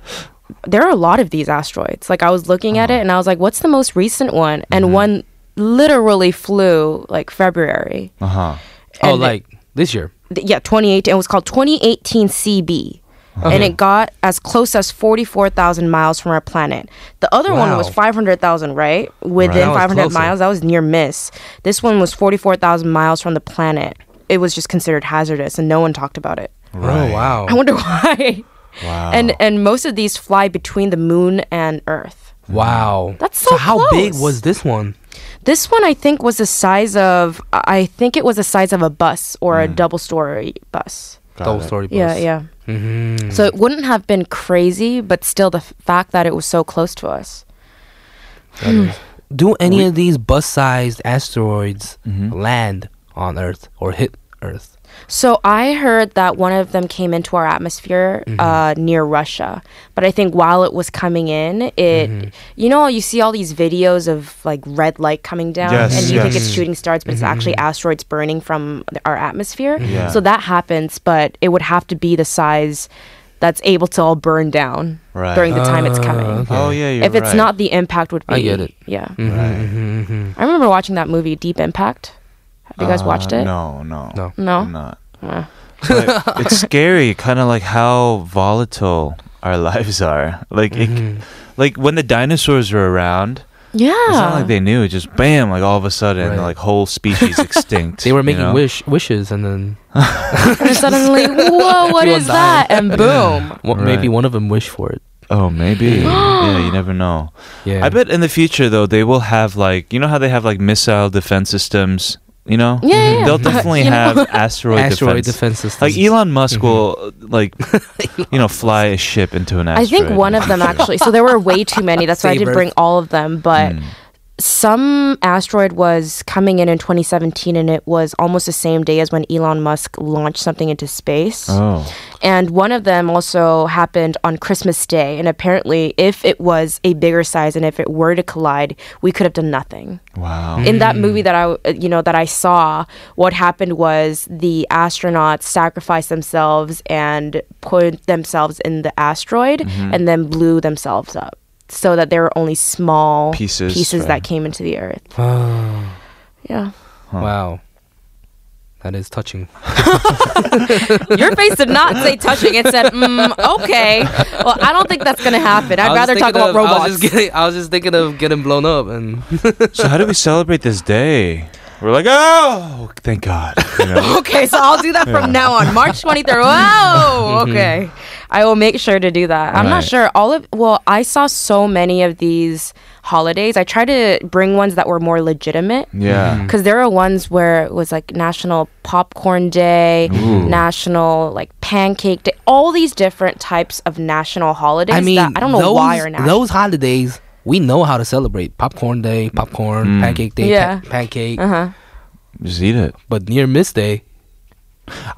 S8: there are a lot of these asteroids. Like I was looking
S2: Uh-huh.
S8: at it and I was like, what's the most recent one?
S2: Mm-hmm.
S8: And one literally flew like February.
S3: Uh huh.
S2: Oh,
S8: and-
S2: like this year.
S8: Th- Yeah, 2018. It was called 2018 CB. And
S2: Okay.
S8: it got as close as 44,000 miles from our planet. The other one was
S2: Wow.
S8: 500,000, right? Within
S2: That was
S8: 500
S2: closer.
S8: miles. That was near miss. This one was 44,000 miles from the planet. It was just considered hazardous and no one talked about it.
S3: Right.
S2: Oh wow.
S8: I wonder why.
S3: Wow.
S8: And
S2: Oh.
S8: and most of these fly between the moon and Earth.
S2: Wow.
S8: That's
S2: So
S8: so
S2: how big
S8: close.
S2: was this one?
S8: This one I think was the size of I I think it was the size of a bus or a double story bus.
S2: Double story Hmm. bus.
S8: Yeah, yeah.
S2: Mm-hmm.
S8: So it wouldn't have been crazy, but still the f- fact that it was so close to us.
S2: Do any of these bus-sized asteroids
S3: Mm-hmm.
S2: land on Earth or hit Earth?
S8: So I heard that one of them came into our atmosphere
S3: Mm-hmm.
S8: uh, near Russia, but I think while it was coming in, it
S3: Mm-hmm.
S8: you know you see all these videos of like red light coming down,
S3: Yes,
S8: and you think
S3: yes.
S8: it's
S3: Mm-hmm.
S8: shooting stars, but it's actually asteroids burning from th- our atmosphere.
S3: Yeah.
S8: So that happens, but it would have to be the size that's able to all burn down
S3: Right.
S8: during the time it's coming.
S3: Oh yeah. You're
S8: if
S3: right. Mm-hmm,
S8: it's not, the impact would be.
S2: Ah, I get it.
S8: Yeah.
S3: Right.
S8: I remember watching that movie Deep Impact. Have you guys watched
S3: mm-hmm. Uh, No,
S8: it?
S3: no,
S2: No.
S8: No?
S3: I'm not. But it's scary, kind of like how volatile our lives are. Like,
S2: Mm-hmm.
S8: Hmm.
S3: it, like when the dinosaurs were around,
S8: Yeah.
S3: it's not like they knew. It just bam, like all of a sudden,
S2: Right.
S3: like whole species extinct.
S2: They were
S3: you
S2: making
S3: know?
S2: wish wishes, and then
S8: and suddenly, whoa, what
S2: You're
S8: is that? And boom.
S2: one- maybe
S3: Right.
S2: one of them wished for it.
S3: Oh, maybe. yeah, you never know.
S2: Yeah.
S3: I bet in the future though they will have like you know how they have like missile defense systems. You know,
S8: Yeah, yeah, yeah.
S3: they'll definitely
S8: You know?
S3: have asteroid,
S2: asteroid defense,
S3: defense.
S2: system.
S3: Like Elon Musk will like you know fly a ship into an
S8: I
S3: asteroid.
S8: think one of them actually. So there were way too many. That's why I
S2: Save
S8: did bring
S2: Earth.
S8: all of them. But
S3: Hmm.
S8: some asteroid was coming in in 2017, and it was almost the same day as when Elon Musk launched something into space.
S3: Oh,
S8: And one of them also happened on Christmas Day. And apparently, if it was a bigger size and if it were to collide, we could have done nothing.
S3: wow.
S2: Mm.
S8: in that movie that I uh, you know that I saw what happened was the astronauts sacrificed themselves and put themselves in the asteroid
S2: Mm-hmm.
S8: and then blew themselves up so that there were only small
S3: Pieces, right.
S8: that came into the earth yeah
S2: Wow. That is touching.
S8: your face did not say touching it said mm, okay well I don't think that's gonna happen
S2: I
S8: I'd
S2: was
S8: rather
S2: just
S8: talk
S2: thinking of- I
S8: about
S2: was,
S8: robots
S2: just getting, I was just thinking of getting blown up, and
S3: So how do we celebrate this day? We're like, oh, thank God. you know?
S8: okay so I'll do that from now on March 23rd wow okay I will make sure to do that I'm not
S3: Right.
S8: sure all of well I saw so many of these holidays I tried to bring ones that were more legitimate
S3: Mm-hmm. Yeah.
S8: because there are ones where it was like National Popcorn Day, National like Pancake Day, all these different types of national holidays.
S2: I mean,
S8: that I don't know
S2: those,
S8: why are national.
S2: those holidays we know how to celebrate popcorn day, popcorn,
S3: Mm.
S2: pancake day,
S8: Yeah.
S2: pa- pancake,
S8: uh-huh.
S3: Hmm. Just eat it.
S2: but near miss day.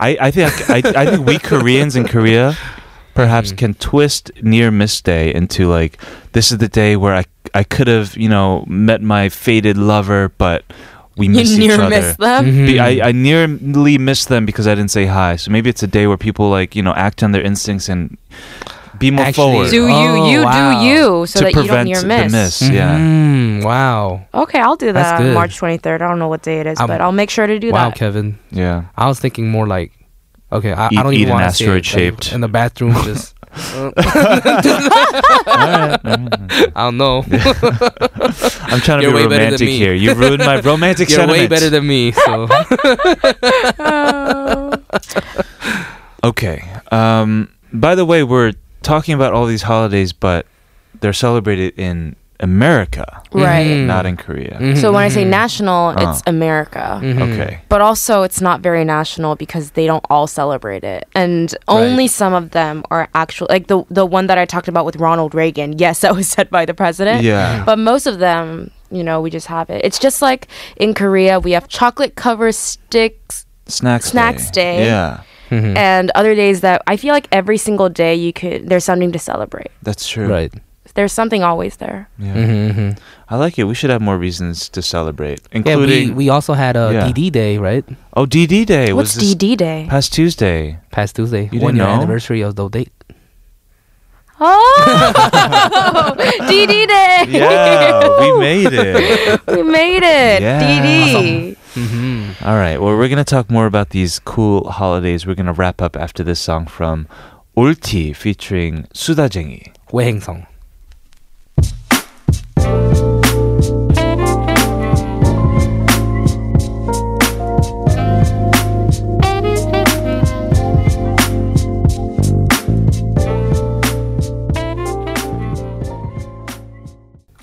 S3: I, I think I, I think we Koreans in Korea perhaps can twist near miss day into like this is the day where I I could have you know met my fated lover, but we miss
S8: you
S3: each
S8: near
S3: other. Mm-hmm.
S8: miss them.
S3: Be,
S2: Mm-hmm.
S3: I, I nearly missed them because I didn't say hi. So maybe it's a day where people like you know act on their instincts and be more
S2: Actually-
S3: forward
S8: Do
S2: Oh,
S8: you? You
S2: wow.
S8: do you, so
S3: to
S8: that you don't
S3: prevent
S8: near
S3: the miss. Yeah.
S2: Mm, wow.
S8: Okay, I'll do
S2: That's
S8: that
S2: good.
S8: on March 23rd. I don't know what day it is,
S2: I'm-
S8: but I'll make sure to do
S2: Wow,
S8: that.
S2: Kevin.
S3: Yeah.
S2: I was thinking more like, okay, I,
S3: Eat-
S2: I don't
S3: eat
S2: even
S3: an
S2: want to say it, like,
S3: asteroid-shaped-
S2: in the bathroom. Just I don't know.
S3: I'm trying to
S2: You're
S3: be
S2: way better than
S3: romantic
S2: me.
S3: here. You ruined my romantic
S2: You're way
S3: sentiment.
S2: better than me. So
S3: Okay. Um, by the way, we're talking about all these holidays, but they're celebrated in America,
S2: Mm.
S8: Right.
S2: Mm-hmm.
S3: not in Korea.
S8: So when I say national,
S2: Uh-huh.
S8: it's America.
S2: Mm-hmm.
S3: Okay.
S8: But also, it's not very national because they don't all celebrate it, and only some of them are actual. Like the the one that I talked about with Ronald Reagan. Yes, that was said by the president.
S3: Yeah.
S8: But most of them, you know, we just have it. It's just like in Korea, we have chocolate covered sticks
S3: Snacks.
S8: Snacks
S3: day.
S8: Day.
S3: Yeah,
S2: Mm-hmm. Mm.
S8: and other days that I feel like every single day you could there's something to celebrate.
S3: that's true.
S2: Right.
S8: There's something always there.
S3: Yeah.
S2: Mm-hmm,
S3: I like it. We should have more reasons to celebrate,
S2: Yeah,
S3: including
S2: we, we also had a
S3: Yeah.
S2: DD day, right?
S3: oh DD Day.
S8: What's
S3: was this
S8: DD Day?
S3: Past Tuesday.
S2: Past Tuesday,
S3: You
S2: one year
S3: didn't know?
S2: anniversary of the date.
S8: Oh, DD Day.
S3: Yeah, we made it.
S8: We made it.
S3: Yeah.
S8: DD.
S3: All right. Well, we're gonna talk more about these cool holidays. We're gonna wrap up after this song from Ulti featuring Sudajengi.
S2: 외행성.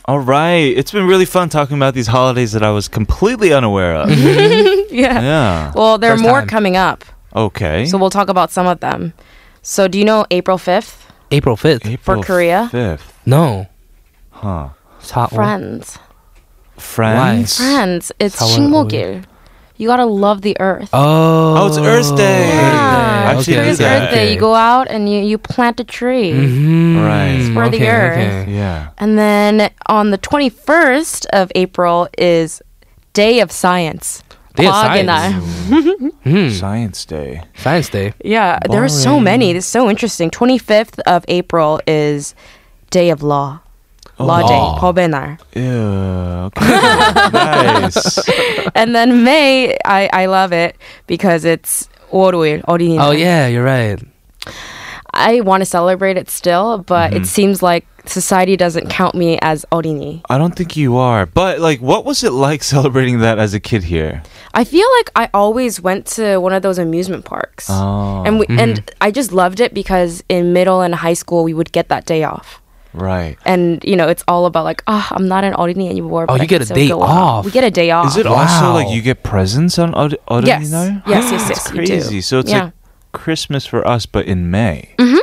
S3: All right. It's been really fun talking about these holidays that I was completely unaware of.
S8: Yeah.
S3: yeah.
S8: Well, there are
S2: First
S8: more
S2: time.
S8: coming up,
S3: Okay.
S8: so we'll talk about some of them. So, do you know April 5th?
S2: April 5th.
S3: April
S8: Korea?
S3: Fifth.
S2: No.
S3: Huh.
S2: 4월.
S8: Friends.
S3: France.
S8: Friends. It's
S2: 4월
S8: 식목일. You gotta love the earth.
S2: Oh.
S3: Oh, it's Earth Day.
S8: Yeah,
S3: I've
S2: Earth Day.
S3: seen
S2: Okay,
S8: Korea's
S3: Earth Day.
S8: Earth Day. You go out and you, you plant a tree.
S2: Mm,
S3: Right. It's
S8: for the
S2: okay,
S8: earth.
S2: okay.
S3: Yeah.
S8: And then on the 21st of April is Day of Science.
S2: Day of
S8: Kwagina.
S2: Science.
S8: Hmm.
S3: Science Day.
S2: Science Day.
S8: Yeah, there are so many. This is so interesting. 25th of April is Day of Law. law,
S2: Oh, law.
S8: Day, Kobenar.
S3: Ew. Okay. nice.
S8: and then May, I, I love it because it's 월요일, 어린이날.
S2: Oh yeah, you're right.
S8: I want to celebrate it still, but
S2: Mm-hmm.
S8: it seems like society doesn't count me as 어린이.
S3: I don't think you are. But like what was it like celebrating that as a kid here?
S8: I feel like I always went to one of those amusement parks.
S3: Oh.
S8: And we, and
S2: Mm-hmm.
S8: I just loved it because in middle and high school we would get that day off.
S3: Right.
S8: And you know, it's all about like, oh, I'm not an 어린이 anymore.
S2: Oh, you
S8: but I
S2: get
S8: can
S2: a
S8: still
S2: day
S8: go out."
S2: off.
S8: We get a day off.
S3: Is it
S2: Wow.
S3: also like you get presents on Od- Odin
S8: Yes. Yes, yes,
S3: That's
S8: yes, you do.
S3: crazy. So it's like Christmas for us, but in May.
S8: Mm.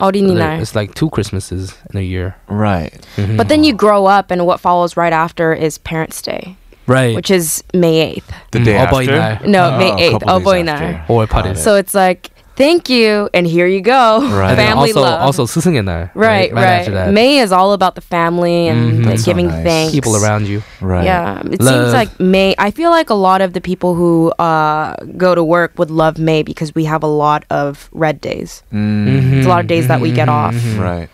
S8: 어린이날.
S2: It's like two Christmases in a year. Mm-hmm.
S3: Right.
S8: But then
S2: Hmm.
S8: you grow up, and what follows right after is Parents' Day,
S2: Right.
S8: which is May 8th.
S3: The
S2: Mm,
S3: day
S2: oh boy,
S3: after.
S2: nah.
S8: No, May
S3: a
S8: 8th.
S3: couple
S8: Oh
S3: days
S8: boy,
S3: after.
S8: no.
S2: or 파리.
S8: So it's like, thank you, and here you go.
S3: Right.
S2: and then
S8: Family
S2: also
S8: love.
S2: also 스승의 날. Right,
S8: right,
S2: right
S8: right.
S2: after that. Mm-hmm.
S8: May is all about the family and like, giving
S3: nice.
S8: thanks.
S2: People around you.
S3: Right.
S8: Yeah, it
S2: Love.
S8: seems like May. I feel like a lot of the people who uh, go to work would love May because we have a lot of red days.
S2: Mm-hmm.
S3: Mm,
S8: It's a lot of days that we get off.
S3: Right.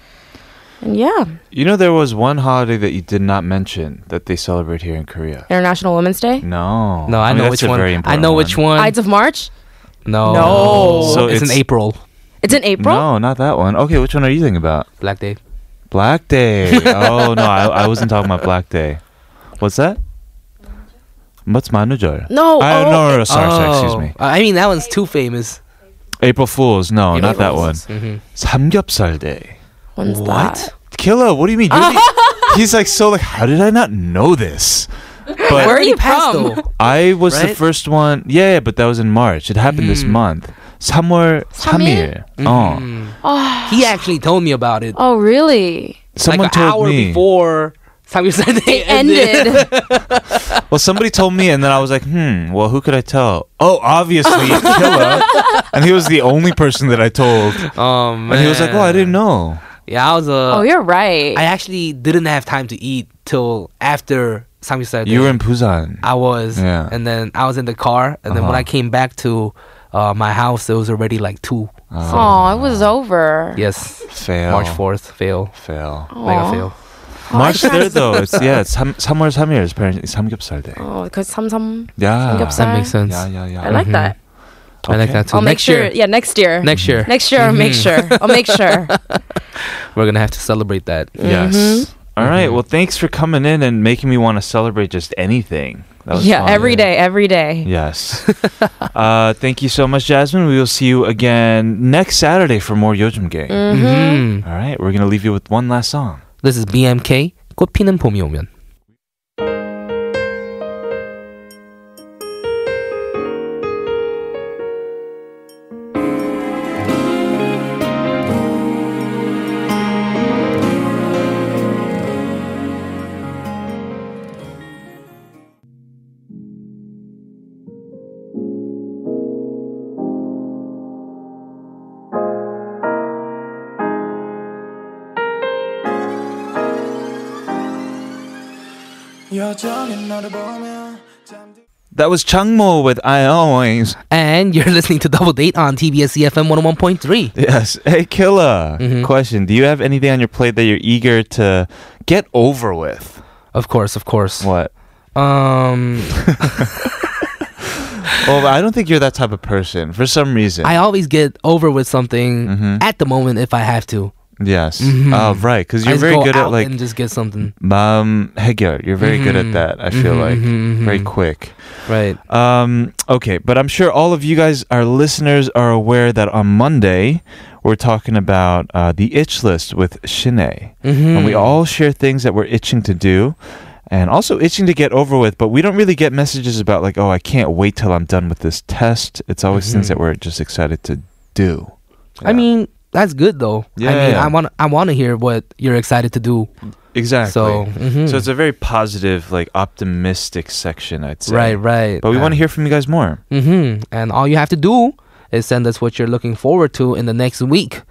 S8: And yeah,
S3: You know, there was one holiday that you did not mention that they celebrate here in Korea.
S8: International Women's Day,
S3: No.
S2: No, I,
S3: mean,
S2: know which
S3: that's a
S2: one.
S3: very
S2: I
S3: important
S2: know which one.
S8: Ides of March.
S2: no.
S8: No.
S3: So
S2: it's,
S3: it's-
S2: in April.
S8: It's in April.
S3: No, not that one. Okay, which one are you thinking about?
S2: Black Day.
S3: Black Day. oh no, I, I wasn't talking about Black Day. What's that? What's Manujol?
S8: No,
S3: I,
S8: oh,
S3: no, no, no, sorry, sorry, excuse
S2: Oh.
S3: me.
S2: I mean that one's too famous.
S3: April Fools. No, not that one.
S2: Mhm.
S3: Samgyeopsal Day.
S8: When's
S2: What?
S8: that?
S3: Killer, what do you mean? You're the- he's like so like. How did I not know this? But
S8: Where are
S2: Already
S8: you
S2: passed,
S8: from?
S2: though.
S3: I was the
S2: Right?
S3: first one. Yeah, yeah, but that was in March. It happened
S2: Mm.
S3: this month. 3월 3일. Oh.
S2: He actually told me about it.
S8: Oh, really?
S3: Someone
S2: like an hour
S3: told me.
S2: before Samgyeopsal Day
S8: It ended.
S3: Well, somebody told me, and then I was like, hmm, well, who could I tell? Oh, obviously, Killa. and he was the only person that I told.
S2: Oh man.
S3: And he was like, oh, I didn't know.
S2: Yeah, I was. Uh,
S8: oh, you're right.
S2: I actually didn't have time to eat till after Samgyeopsal Day.
S3: You were in Busan.
S2: I was.
S3: Yeah.
S2: And then I was in the car, and then when I
S3: Uh-huh.
S2: came back to uh, my house, it was already like two.
S8: oh, it was over.
S2: Yes.
S3: Um, Fail.
S2: March fourth, fail,
S3: Fail.
S2: mega
S8: Aw.
S2: fail.
S3: March 3rd, though. It's, yeah, it's 3, 3월 3일. It's apparently 삼겹살 day.
S8: Oh, because some some.
S3: Yeah.
S8: 삼겹살.
S2: That makes sense.
S3: Yeah, yeah, yeah.
S8: I like that.
S2: I like that too.
S8: I'll
S2: Mm-hmm.
S8: make
S2: next
S8: sure.
S2: year,
S8: Yeah, next year.
S2: next Mm-hmm. year,
S8: Next year, I'll make sure. I'll make sure.
S2: we're gonna have to celebrate that.
S3: Mm-hmm. Yes.
S8: Mm-hmm.
S3: All
S2: Mm-hmm.
S3: right. Well, thanks for coming in and making me want to celebrate just anything. That was
S8: yeah,
S3: fun.
S8: every day, every day.
S3: Yes. uh, thank you so much, Jasmine. We will see you again next Saturday for more Yojum Gang.
S2: Mm-hmm.
S3: All right. We're going to leave you with one last song.
S2: This is BMK 꽃 피는 봄이 오면.
S3: That was Changmo with I Always.
S2: And you're listening to Double Date on TBS EFM 101.3.
S3: Yes. Hey, Killa.
S2: Mm-hmm.
S3: Question Do you have anything on your plate that you're eager to get over with?
S2: Of course, of course.
S3: What?
S2: Um,
S3: Well, I don't think you're that type of person for some reason.
S2: I always get over with something
S3: Mm-hmm.
S2: at the moment if I have to.
S3: yes. Oh, right. Because
S2: Mm-hmm. I
S3: you're
S2: just
S3: very
S2: go
S3: good at
S2: out
S3: like
S2: and just get something
S3: mom heger. You're very good at
S2: Mhm.
S3: that. I feel
S2: Mhm,
S3: like
S2: mhm,
S3: very
S2: mhm.
S3: quick.
S2: right.
S3: Um, okay, but I'm sure all of you guys, our listeners, are aware that on Monday we're talking about uh, the itch list with Shine, and
S2: Mm-hmm. Hmm.
S3: we all share things that we're itching to do. And also itching to get over with, but we don't really get messages about like, oh, I can't wait till I'm done with this test. It's always things that we're just excited to do.
S2: Mm-hmm. I mean, that's good though. I mean, I
S3: Yeah.
S2: want I want to hear what you're excited to do.
S3: exactly.
S2: So, mhm.
S3: so it's a very positive, like optimistic section, I'd say.
S2: Right, right.
S3: But we want to hear from you guys more.
S2: hmm And all you have to do is send us what you're looking forward to in the next week.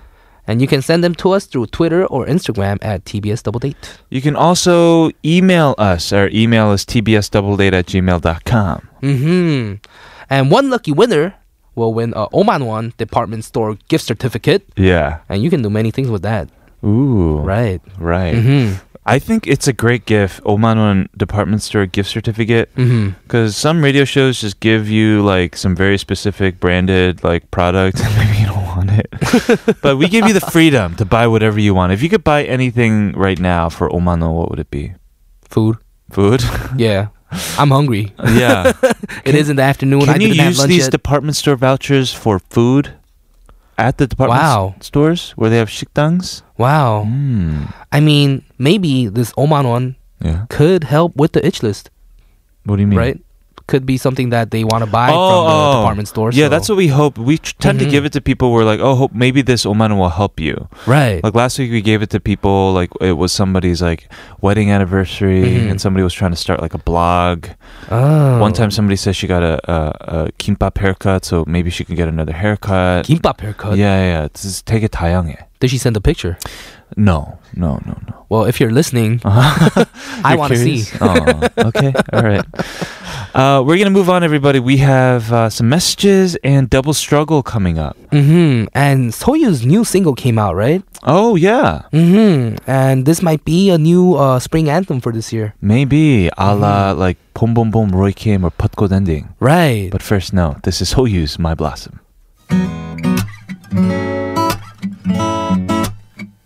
S2: And you can send them to us through Twitter or Instagram at TBS Double Date.
S3: You can also email us. Our email is tbsdoubledate at gmail.com.
S2: hmm And one lucky winner will win a Oman One department store gift certificate.
S3: Yeah.
S2: And you can do many things with that.
S3: Ooh.
S2: Right.
S3: Right. Mm-hmm.
S2: hmm
S3: I think it's a great gift, Omanon department store gift certificate,
S2: hmm
S3: because some radio shows just give you like some very specific branded like product, and maybe you don't want it. but we give you the freedom to buy whatever you want. If you could buy anything right now for Omano, what would it be?
S2: Food.
S3: Food?
S2: Yeah. I'm hungry.
S3: yeah.
S2: it is in the afternoon. I
S3: Can you
S2: didn't have
S3: use
S2: lunch
S3: these
S2: yet.
S3: department store vouchers for food at the department
S2: Wow.
S3: s- stores where they have shikdangs?
S2: wow.
S3: Hmm.
S2: I mean, maybe this Oman One
S3: Yeah.
S2: could help with the itch list.
S3: What do you mean? Oh,
S2: right? Could be something that they want to buy from the department store.
S3: Yeah,
S2: so-
S3: that's what we hope. We tr- tend to
S2: Mhm.
S3: give it to people. We're like, oh, hope maybe this oman will help you.
S2: right.
S3: Like last week, we gave it to people. Like it was somebody's like wedding anniversary,
S2: Mhm.
S3: and somebody was trying to start like a blog.
S2: oh.
S3: One time, somebody said she got a, a, a kimbap haircut, so maybe she can get another haircut.
S2: Kimbap haircut.
S3: Yeah, yeah, yeah. This is 되게 다양해.
S2: Did she send a picture?
S3: No, no, no, no.
S2: Well, if you're listening, I
S3: Uh-huh. You're
S2: want to see.
S3: curious? Aw, okay, all right. Uh, we're gonna move on, everybody. We have uh, some messages and double struggle coming up.
S2: hmm And Soyu's new single came out, right?
S3: Oh yeah,
S2: hmm And this might be a new uh, spring anthem for this year,
S3: maybe a la like Boom Boom Boom Roy Kim or Put Good Ending.
S2: right?
S3: But first, no. This is Hoyu's My Blossom.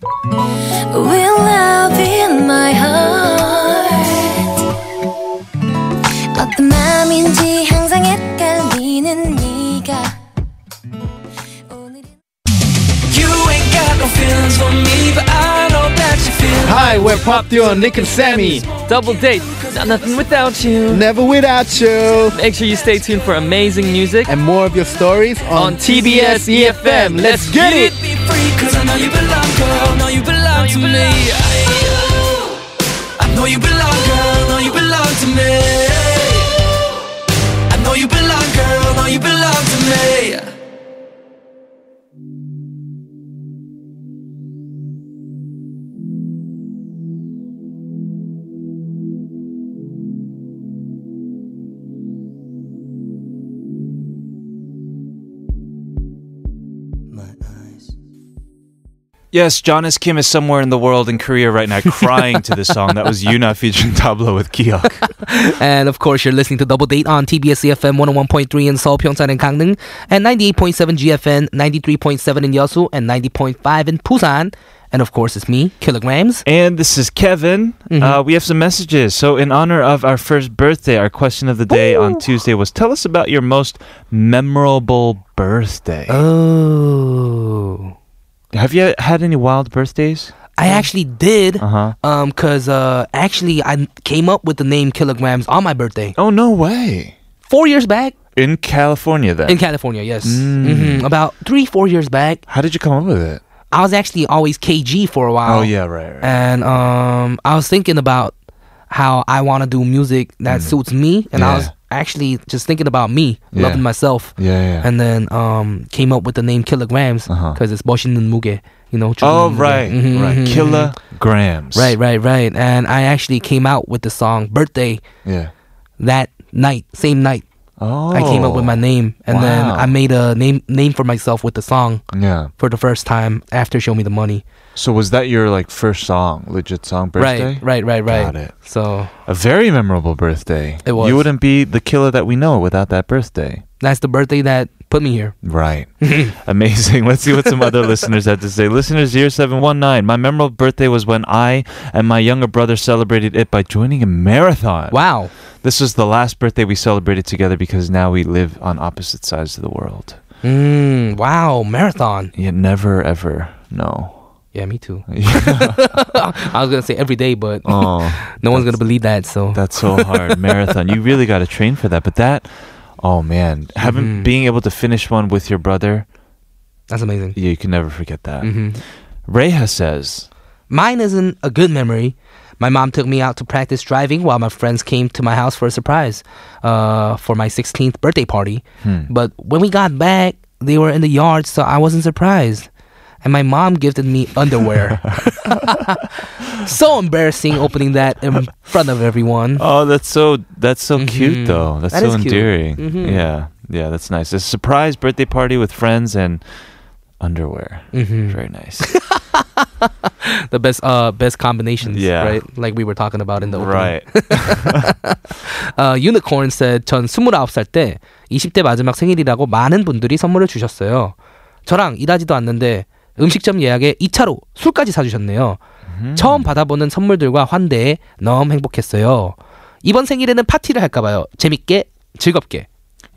S1: Will love in my heart 어떤 맘인지 항상 헷갈리는 네가 오늘은
S4: Hi, we're Pop Duo Nick and Sammy.
S10: Double date. Not nothing without you.
S4: Never without you.
S10: Make sure you stay tuned for amazing music
S4: And more of your stories
S10: on TBS EFM. E Let's get it.
S3: Yes, John S. Kim is somewhere in the world in Korea right now, crying to this song. That was Yuna featuring Tablo with Kiok.
S2: And of course, you're listening to Double Date on TBS EFM 101.3 in Seoul, Pyeongchang, and Gangneung, and 98.7 GFN, 93.7 in Yeosu, and 90.5 in Busan. And of course, it's me, Kilograms.
S3: And this is Kevin. Uh, we have some messages. So, in honor of our first birthday, our question of the day on Tuesday was Tell us about your most memorable birthday.
S2: Oh.
S3: have you had any wild birthdays?
S2: I actually did, uh-huh. um, cause uh, actually I came up with the name kilograms on my birthday.
S3: Oh no way!
S2: Four years back
S3: In California, then.
S2: in California, yes,
S3: Mm.
S2: hmm about three, four years back,
S3: How did you come up with it?
S2: I was actually always KG for a while.
S3: Oh yeah, right. right.
S2: and um, I was thinking about how I want to do music that suits me, and I
S3: Mm. Yeah.
S2: was actually just thinking about me,
S3: Yeah.
S2: loving myself,
S3: Yeah, yeah.
S2: and then um, came up with the name Kilograms
S3: Uh-huh.
S2: because it's Boshin Muge, you know.
S3: oh
S2: Chunin Muge.
S3: right,
S2: Mhm,
S3: right.
S2: mhm, mhm.
S3: Killer grams.
S2: Right, right, right. And I actually came out with the song "Birthday"
S3: Yeah.
S2: that night, same night.
S3: Oh.
S2: I came up with my name, and then
S3: Wow.
S2: I made a name name for myself with the song
S3: Yeah.
S2: for the first time after "Show Me the Money."
S3: So was that your like first song, legit song birthday?
S2: Right, right, right, right.
S3: Got it.
S2: So
S3: A very memorable birthday.
S2: It was.
S3: You wouldn't be the killer that we know without that birthday.
S2: that's the birthday that put me here.
S3: Right. Amazing. Let's see what some other listeners had to say. Listeners 0719, my memorable birthday was when I and my younger brother celebrated it by joining a marathon.
S2: Wow.
S3: This was the last birthday we celebrated together because now we live on opposite sides of the world.
S2: Mm, wow, marathon.
S3: Yet never ever no.
S2: Yeah, me too. I was gonna say every day, but
S3: Oh.
S2: no one's gonna believe that. So
S3: That's so hard. Marathon. You really got to train for that. But that, oh man, having
S2: Mhm.
S3: being able to finish one with your brother,
S2: that's amazing.
S3: yeah, you can never forget that.
S2: Mhm.
S3: Reha says,
S2: Mine isn't a good memory. My mom took me out to practice driving while my friends came to my house for a surprise uh, for my 16th birthday party.
S3: hmm,
S2: But when we got back, they were in the yard, so I wasn't surprised. And my mom gifted me underwear. so embarrassing opening that in front of everyone.
S3: "Oh, that's so that's so
S2: Mhm.
S3: cute though. That's
S2: That
S3: so
S2: is cute.
S3: endearing.
S2: Mhm.
S3: Yeah, yeah, that's nice. A surprise birthday party with friends and underwear.
S2: Mhm.
S3: Very nice.
S2: The best, uh, best combinations,
S3: Yeah.
S2: right? Like we were talking about in the opening.
S3: right.
S2: 어, 유니콘 said 전 29살 때 20대 마지막 생일이라고 많은 분들이 선물을 주셨어요. 저랑 일하지도 않는데 음식점 예약에 2차로 술까지 사주셨네요. 처음 받아보는 선물들과 환대에 너무 행복했어요. 이번 생일에는 파티를 할까봐요. 재밌게 즐겁게.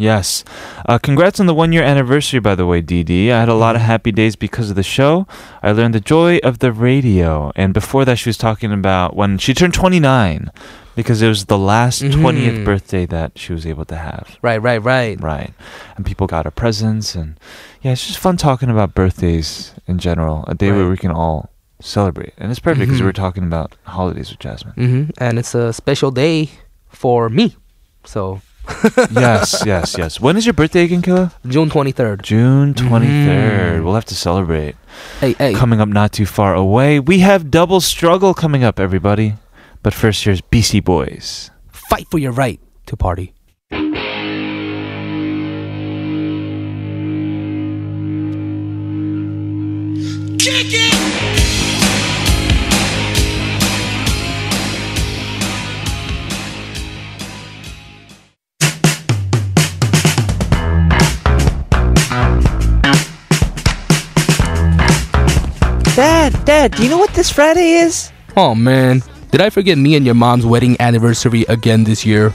S3: Yes. Uh, congrats on the one year anniversary, by the way, DD. I had a lot of
S2: Mm-hmm.
S3: happy days because of the show. I learned the joy of the radio. And before that, she was talking about when she turned 29 because it was the last
S2: Mhm.
S3: 20th birthday that she was able to have.
S2: Right, right, right.
S3: Right. And people got her presents. And yeah, it's just fun talking about birthdays in general, a day where
S2: Right.
S3: we can all celebrate. And it's perfect because
S2: Mhm.
S3: we're talking about holidays with Jasmine.
S2: hmm And it's a special day for me. So
S3: yes, yes, yes. When is your birthday again, Killa?
S2: June 23rd.
S3: June
S2: Mhm.
S3: 23rd. We'll have to celebrate.
S2: Hey, Mm-hmm. hey.
S3: Coming up not too far away, we have Double Struggle coming up, everybody. But first, here's BC Boys.
S2: Fight for your right to party.
S11: Dad, Dad, do you know what this Friday is?
S2: Oh man, did I forget me and your mom's wedding anniversary again this year?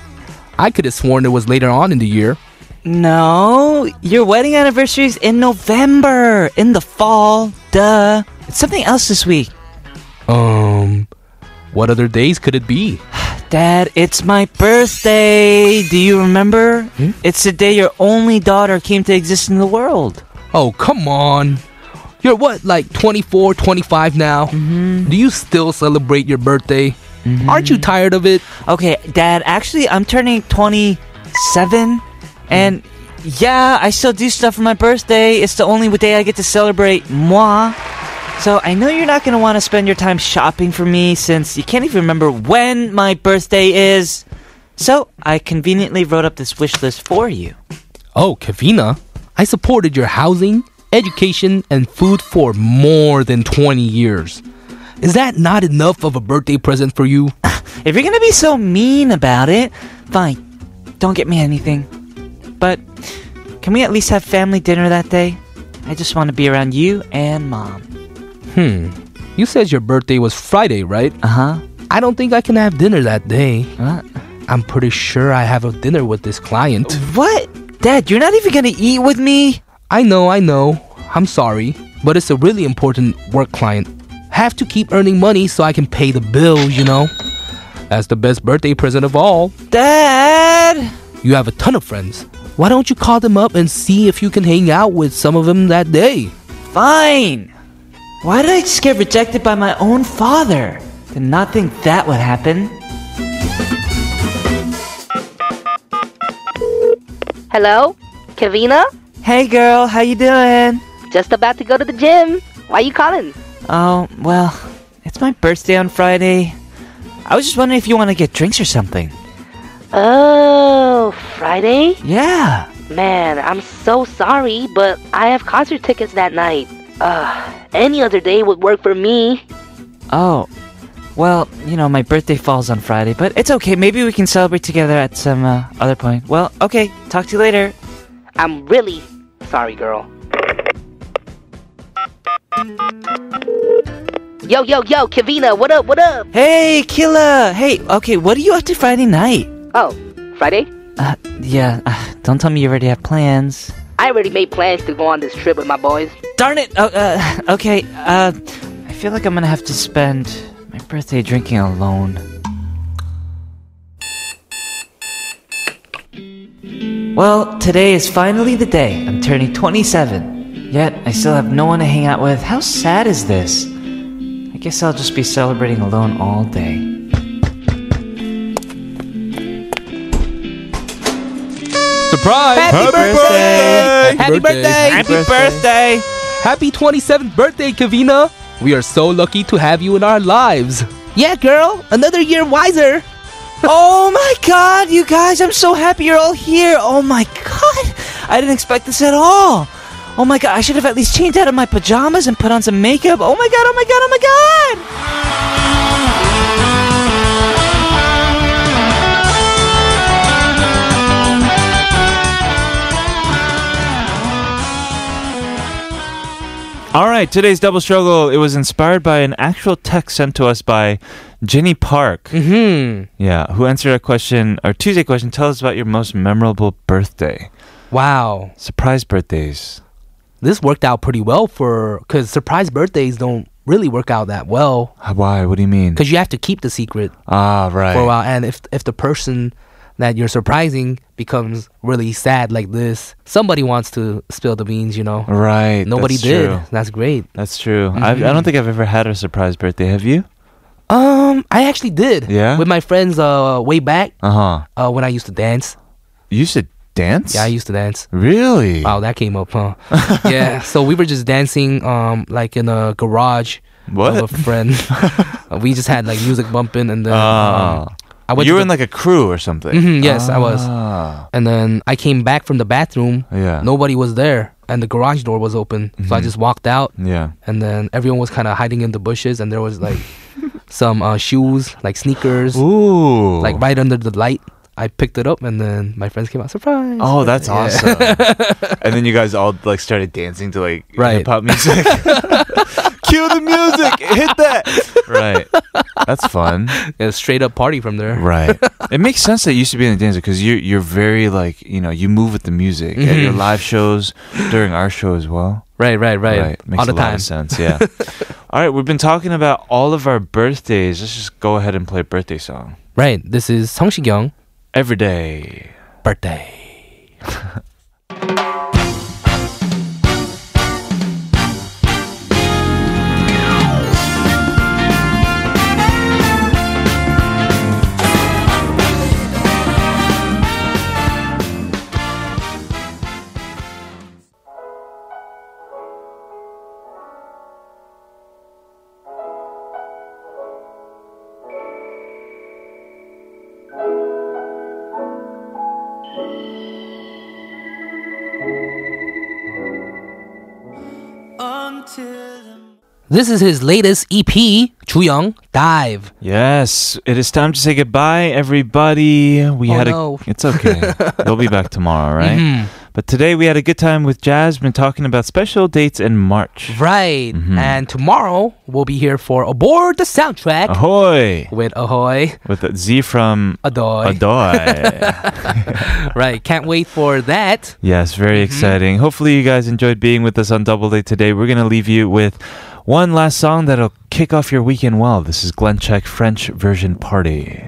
S2: I could have sworn it was later on in the year.
S11: No, your wedding anniversary's in November, in the fall. Duh. It's something else this week.
S2: Um, what other days could it be?
S11: Dad, it's my birthday. Do you remember?
S2: Hmm?
S11: It's the day your only daughter came to exist in the world.
S2: Oh, come on. You're what, like 24, 25 now? Do you still celebrate your birthday? Aren't you tired of it?
S11: Okay, Dad, actually, I'm turning 27, and yeah, I still do stuff for my birthday. It's the only day I get to celebrate moi. So I know you're not going to want to spend your time shopping for me since you can't even remember when my birthday is. So I conveniently wrote up this wish list for you.
S2: Oh, Kavina, I supported your housing, education, and food for more than 20 years. Is that not enough of a birthday present for you?
S11: If you're going to be so mean about it, fine. Don't get me anything. But can we at least have family dinner that day? I just want to be around you and mom.
S2: You said your birthday was Friday, right?
S11: Uh huh.
S2: I don't think I can have dinner that day.
S11: What?
S2: I'm pretty sure I have a dinner with this client.
S11: What? Dad, you're not even gonna eat with me?
S2: I know, I know. I'm sorry, but it's a really important work client. have to keep earning money so I can pay the bills, you know? That's the best birthday present of all.
S11: Dad!
S2: You have a ton of friends. Why don't you call them up and see if you can hang out with some of them that day?
S11: Fine! Why did I just get rejected by my own father? Did not think that would happen.
S12: Hello? Kavina?
S11: Hey girl, how you doing?
S12: Just about to go to the gym. Why you calling?
S11: Oh, well, it's my birthday on Friday. I was just wondering if you want to get drinks or something.
S12: Oh, Friday?
S11: Yeah.
S12: Man, I'm so sorry, but I have concert tickets that night. Ugh, any other day would work for me.
S11: Oh, well, you know, my birthday falls on Friday, but it's okay. Maybe we can celebrate together at some uh, other point. Well, okay, talk to you later.
S12: I'm really sorry, girl. Yo, yo, yo, Kavina, what up, what up?
S11: Hey, Killa! Hey, okay, what are you up to Friday night?
S12: Oh, Friday?
S11: Uh, yeah, uh, don't tell me you already have plans.
S12: I already made plans to go on this trip with my boys.
S11: Darn it! Oh, uh, okay, uh, I feel like I'm gonna have to spend my birthday drinking alone. Well, today is finally the day. I'm turning 27. Yet, I still have no one to hang out with. How sad is this? I guess I'll just be celebrating alone all day.
S2: Surprise!
S11: Happy Happy birthday! birthday!
S2: Happy birthday!
S11: Happy birthday!
S2: Happy 27th birthday, Kavina! We are so lucky to have you in our lives. Yeah, girl, another year wiser.
S11: oh my god, you guys, I'm so happy you're all here. Oh my god, I didn't expect this at all. Oh my god, I should have at least changed out of my pajamas and put on some makeup. Oh my god, oh my god, oh my god!
S3: All right, today's double struggle. It was inspired by an actual text sent to us by Jenny Park.
S2: Mm-hmm.
S3: Yeah, who answered a question, our Tuesday question. Tell us about your most memorable birthday.
S2: Wow.
S3: Surprise birthdays.
S2: This worked out pretty well for because surprise birthdays don't really work out that well
S3: How- Why? What do you mean?
S2: because you have to keep the secret
S3: Ah, right.
S2: for a while. And if if the person that you're surprising becomes really sad like this, somebody wants to spill the beans, you know.
S3: Right.
S2: Nobody
S3: that's
S2: did. Mm-hmm.
S3: true.
S2: That's great.
S3: That's true. I, I don't think I've ever had a surprise birthday. Have you?
S2: Um, I actually did.
S3: Yeah?
S2: With my friends, uh, way back,
S3: Uh huh.
S2: uh, when I used to dance.
S3: You used to dance?
S2: Yeah, I used to dance.
S3: Really?
S2: Wow, that came up, huh? yeah. So we were just dancing, um, like in a garage
S3: What?
S2: of a friend. Uh, we just had like music bumping, and then
S3: Ah.
S2: um, I went. to
S3: you were
S2: the-
S3: in like a crew or something.
S2: Mhm, yes, I was.
S3: Ah.
S2: And then I came back from the bathroom.
S3: Yeah. Mm-hmm.
S2: Nobody was there, and the garage door was open. So I just walked out,
S3: Yeah.
S2: and then everyone was kind of hiding in the bushes, and there was like some uh, shoes, like sneakers,
S3: Ooh.
S2: like right under the light. I picked it up, and then my friends came out. Surprise!
S3: Oh, that's
S2: Yeah.
S3: awesome. and then you guys all like started dancing to like
S2: Right.
S3: hip hop music. Cue the music. Hit that. Right. That's fun.
S2: Yeah, straight up party from there.
S3: Right. It makes sense that you should be in the dancer because you're you're very like you know you move with the music at your
S2: Mhm.
S3: live shows during our show as well.
S2: Right, right, right. All
S3: Makes
S2: the
S3: a
S2: time.
S3: lot of sense. Yeah. all right. We've been talking about all of our birthdays. Let's just go ahead and play birthday song
S2: Right. This is Song Shikyung
S3: every day.
S2: birthday. This is his latest E EP, Chuyang Dive.
S3: Yes, it is time to say goodbye, everybody. We
S2: Oh,
S3: had a.
S2: no. Mm-hmm.
S3: It's okay. They'll be back tomorrow, right? But today we had a good time with Jasmine talking about special dates in March.
S2: Right. And tomorrow we'll be here for Aboard the Soundtrack
S3: Uh-huh. Ahoy!
S2: with Ahoy
S3: With a Z from
S2: Adoy.
S3: Adoy.
S2: right. Can't wait for that. Mm-hmm.
S3: yes, very exciting. Hopefully, you guys enjoyed being with us on Double Date today. We're going to leave you with One last song that'll kick off your weekend well. This is Glenn Check French version party.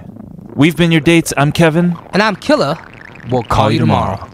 S3: We've been your dates. I'm Kevin.
S2: And I'm Killer. We'll call, you tomorrow.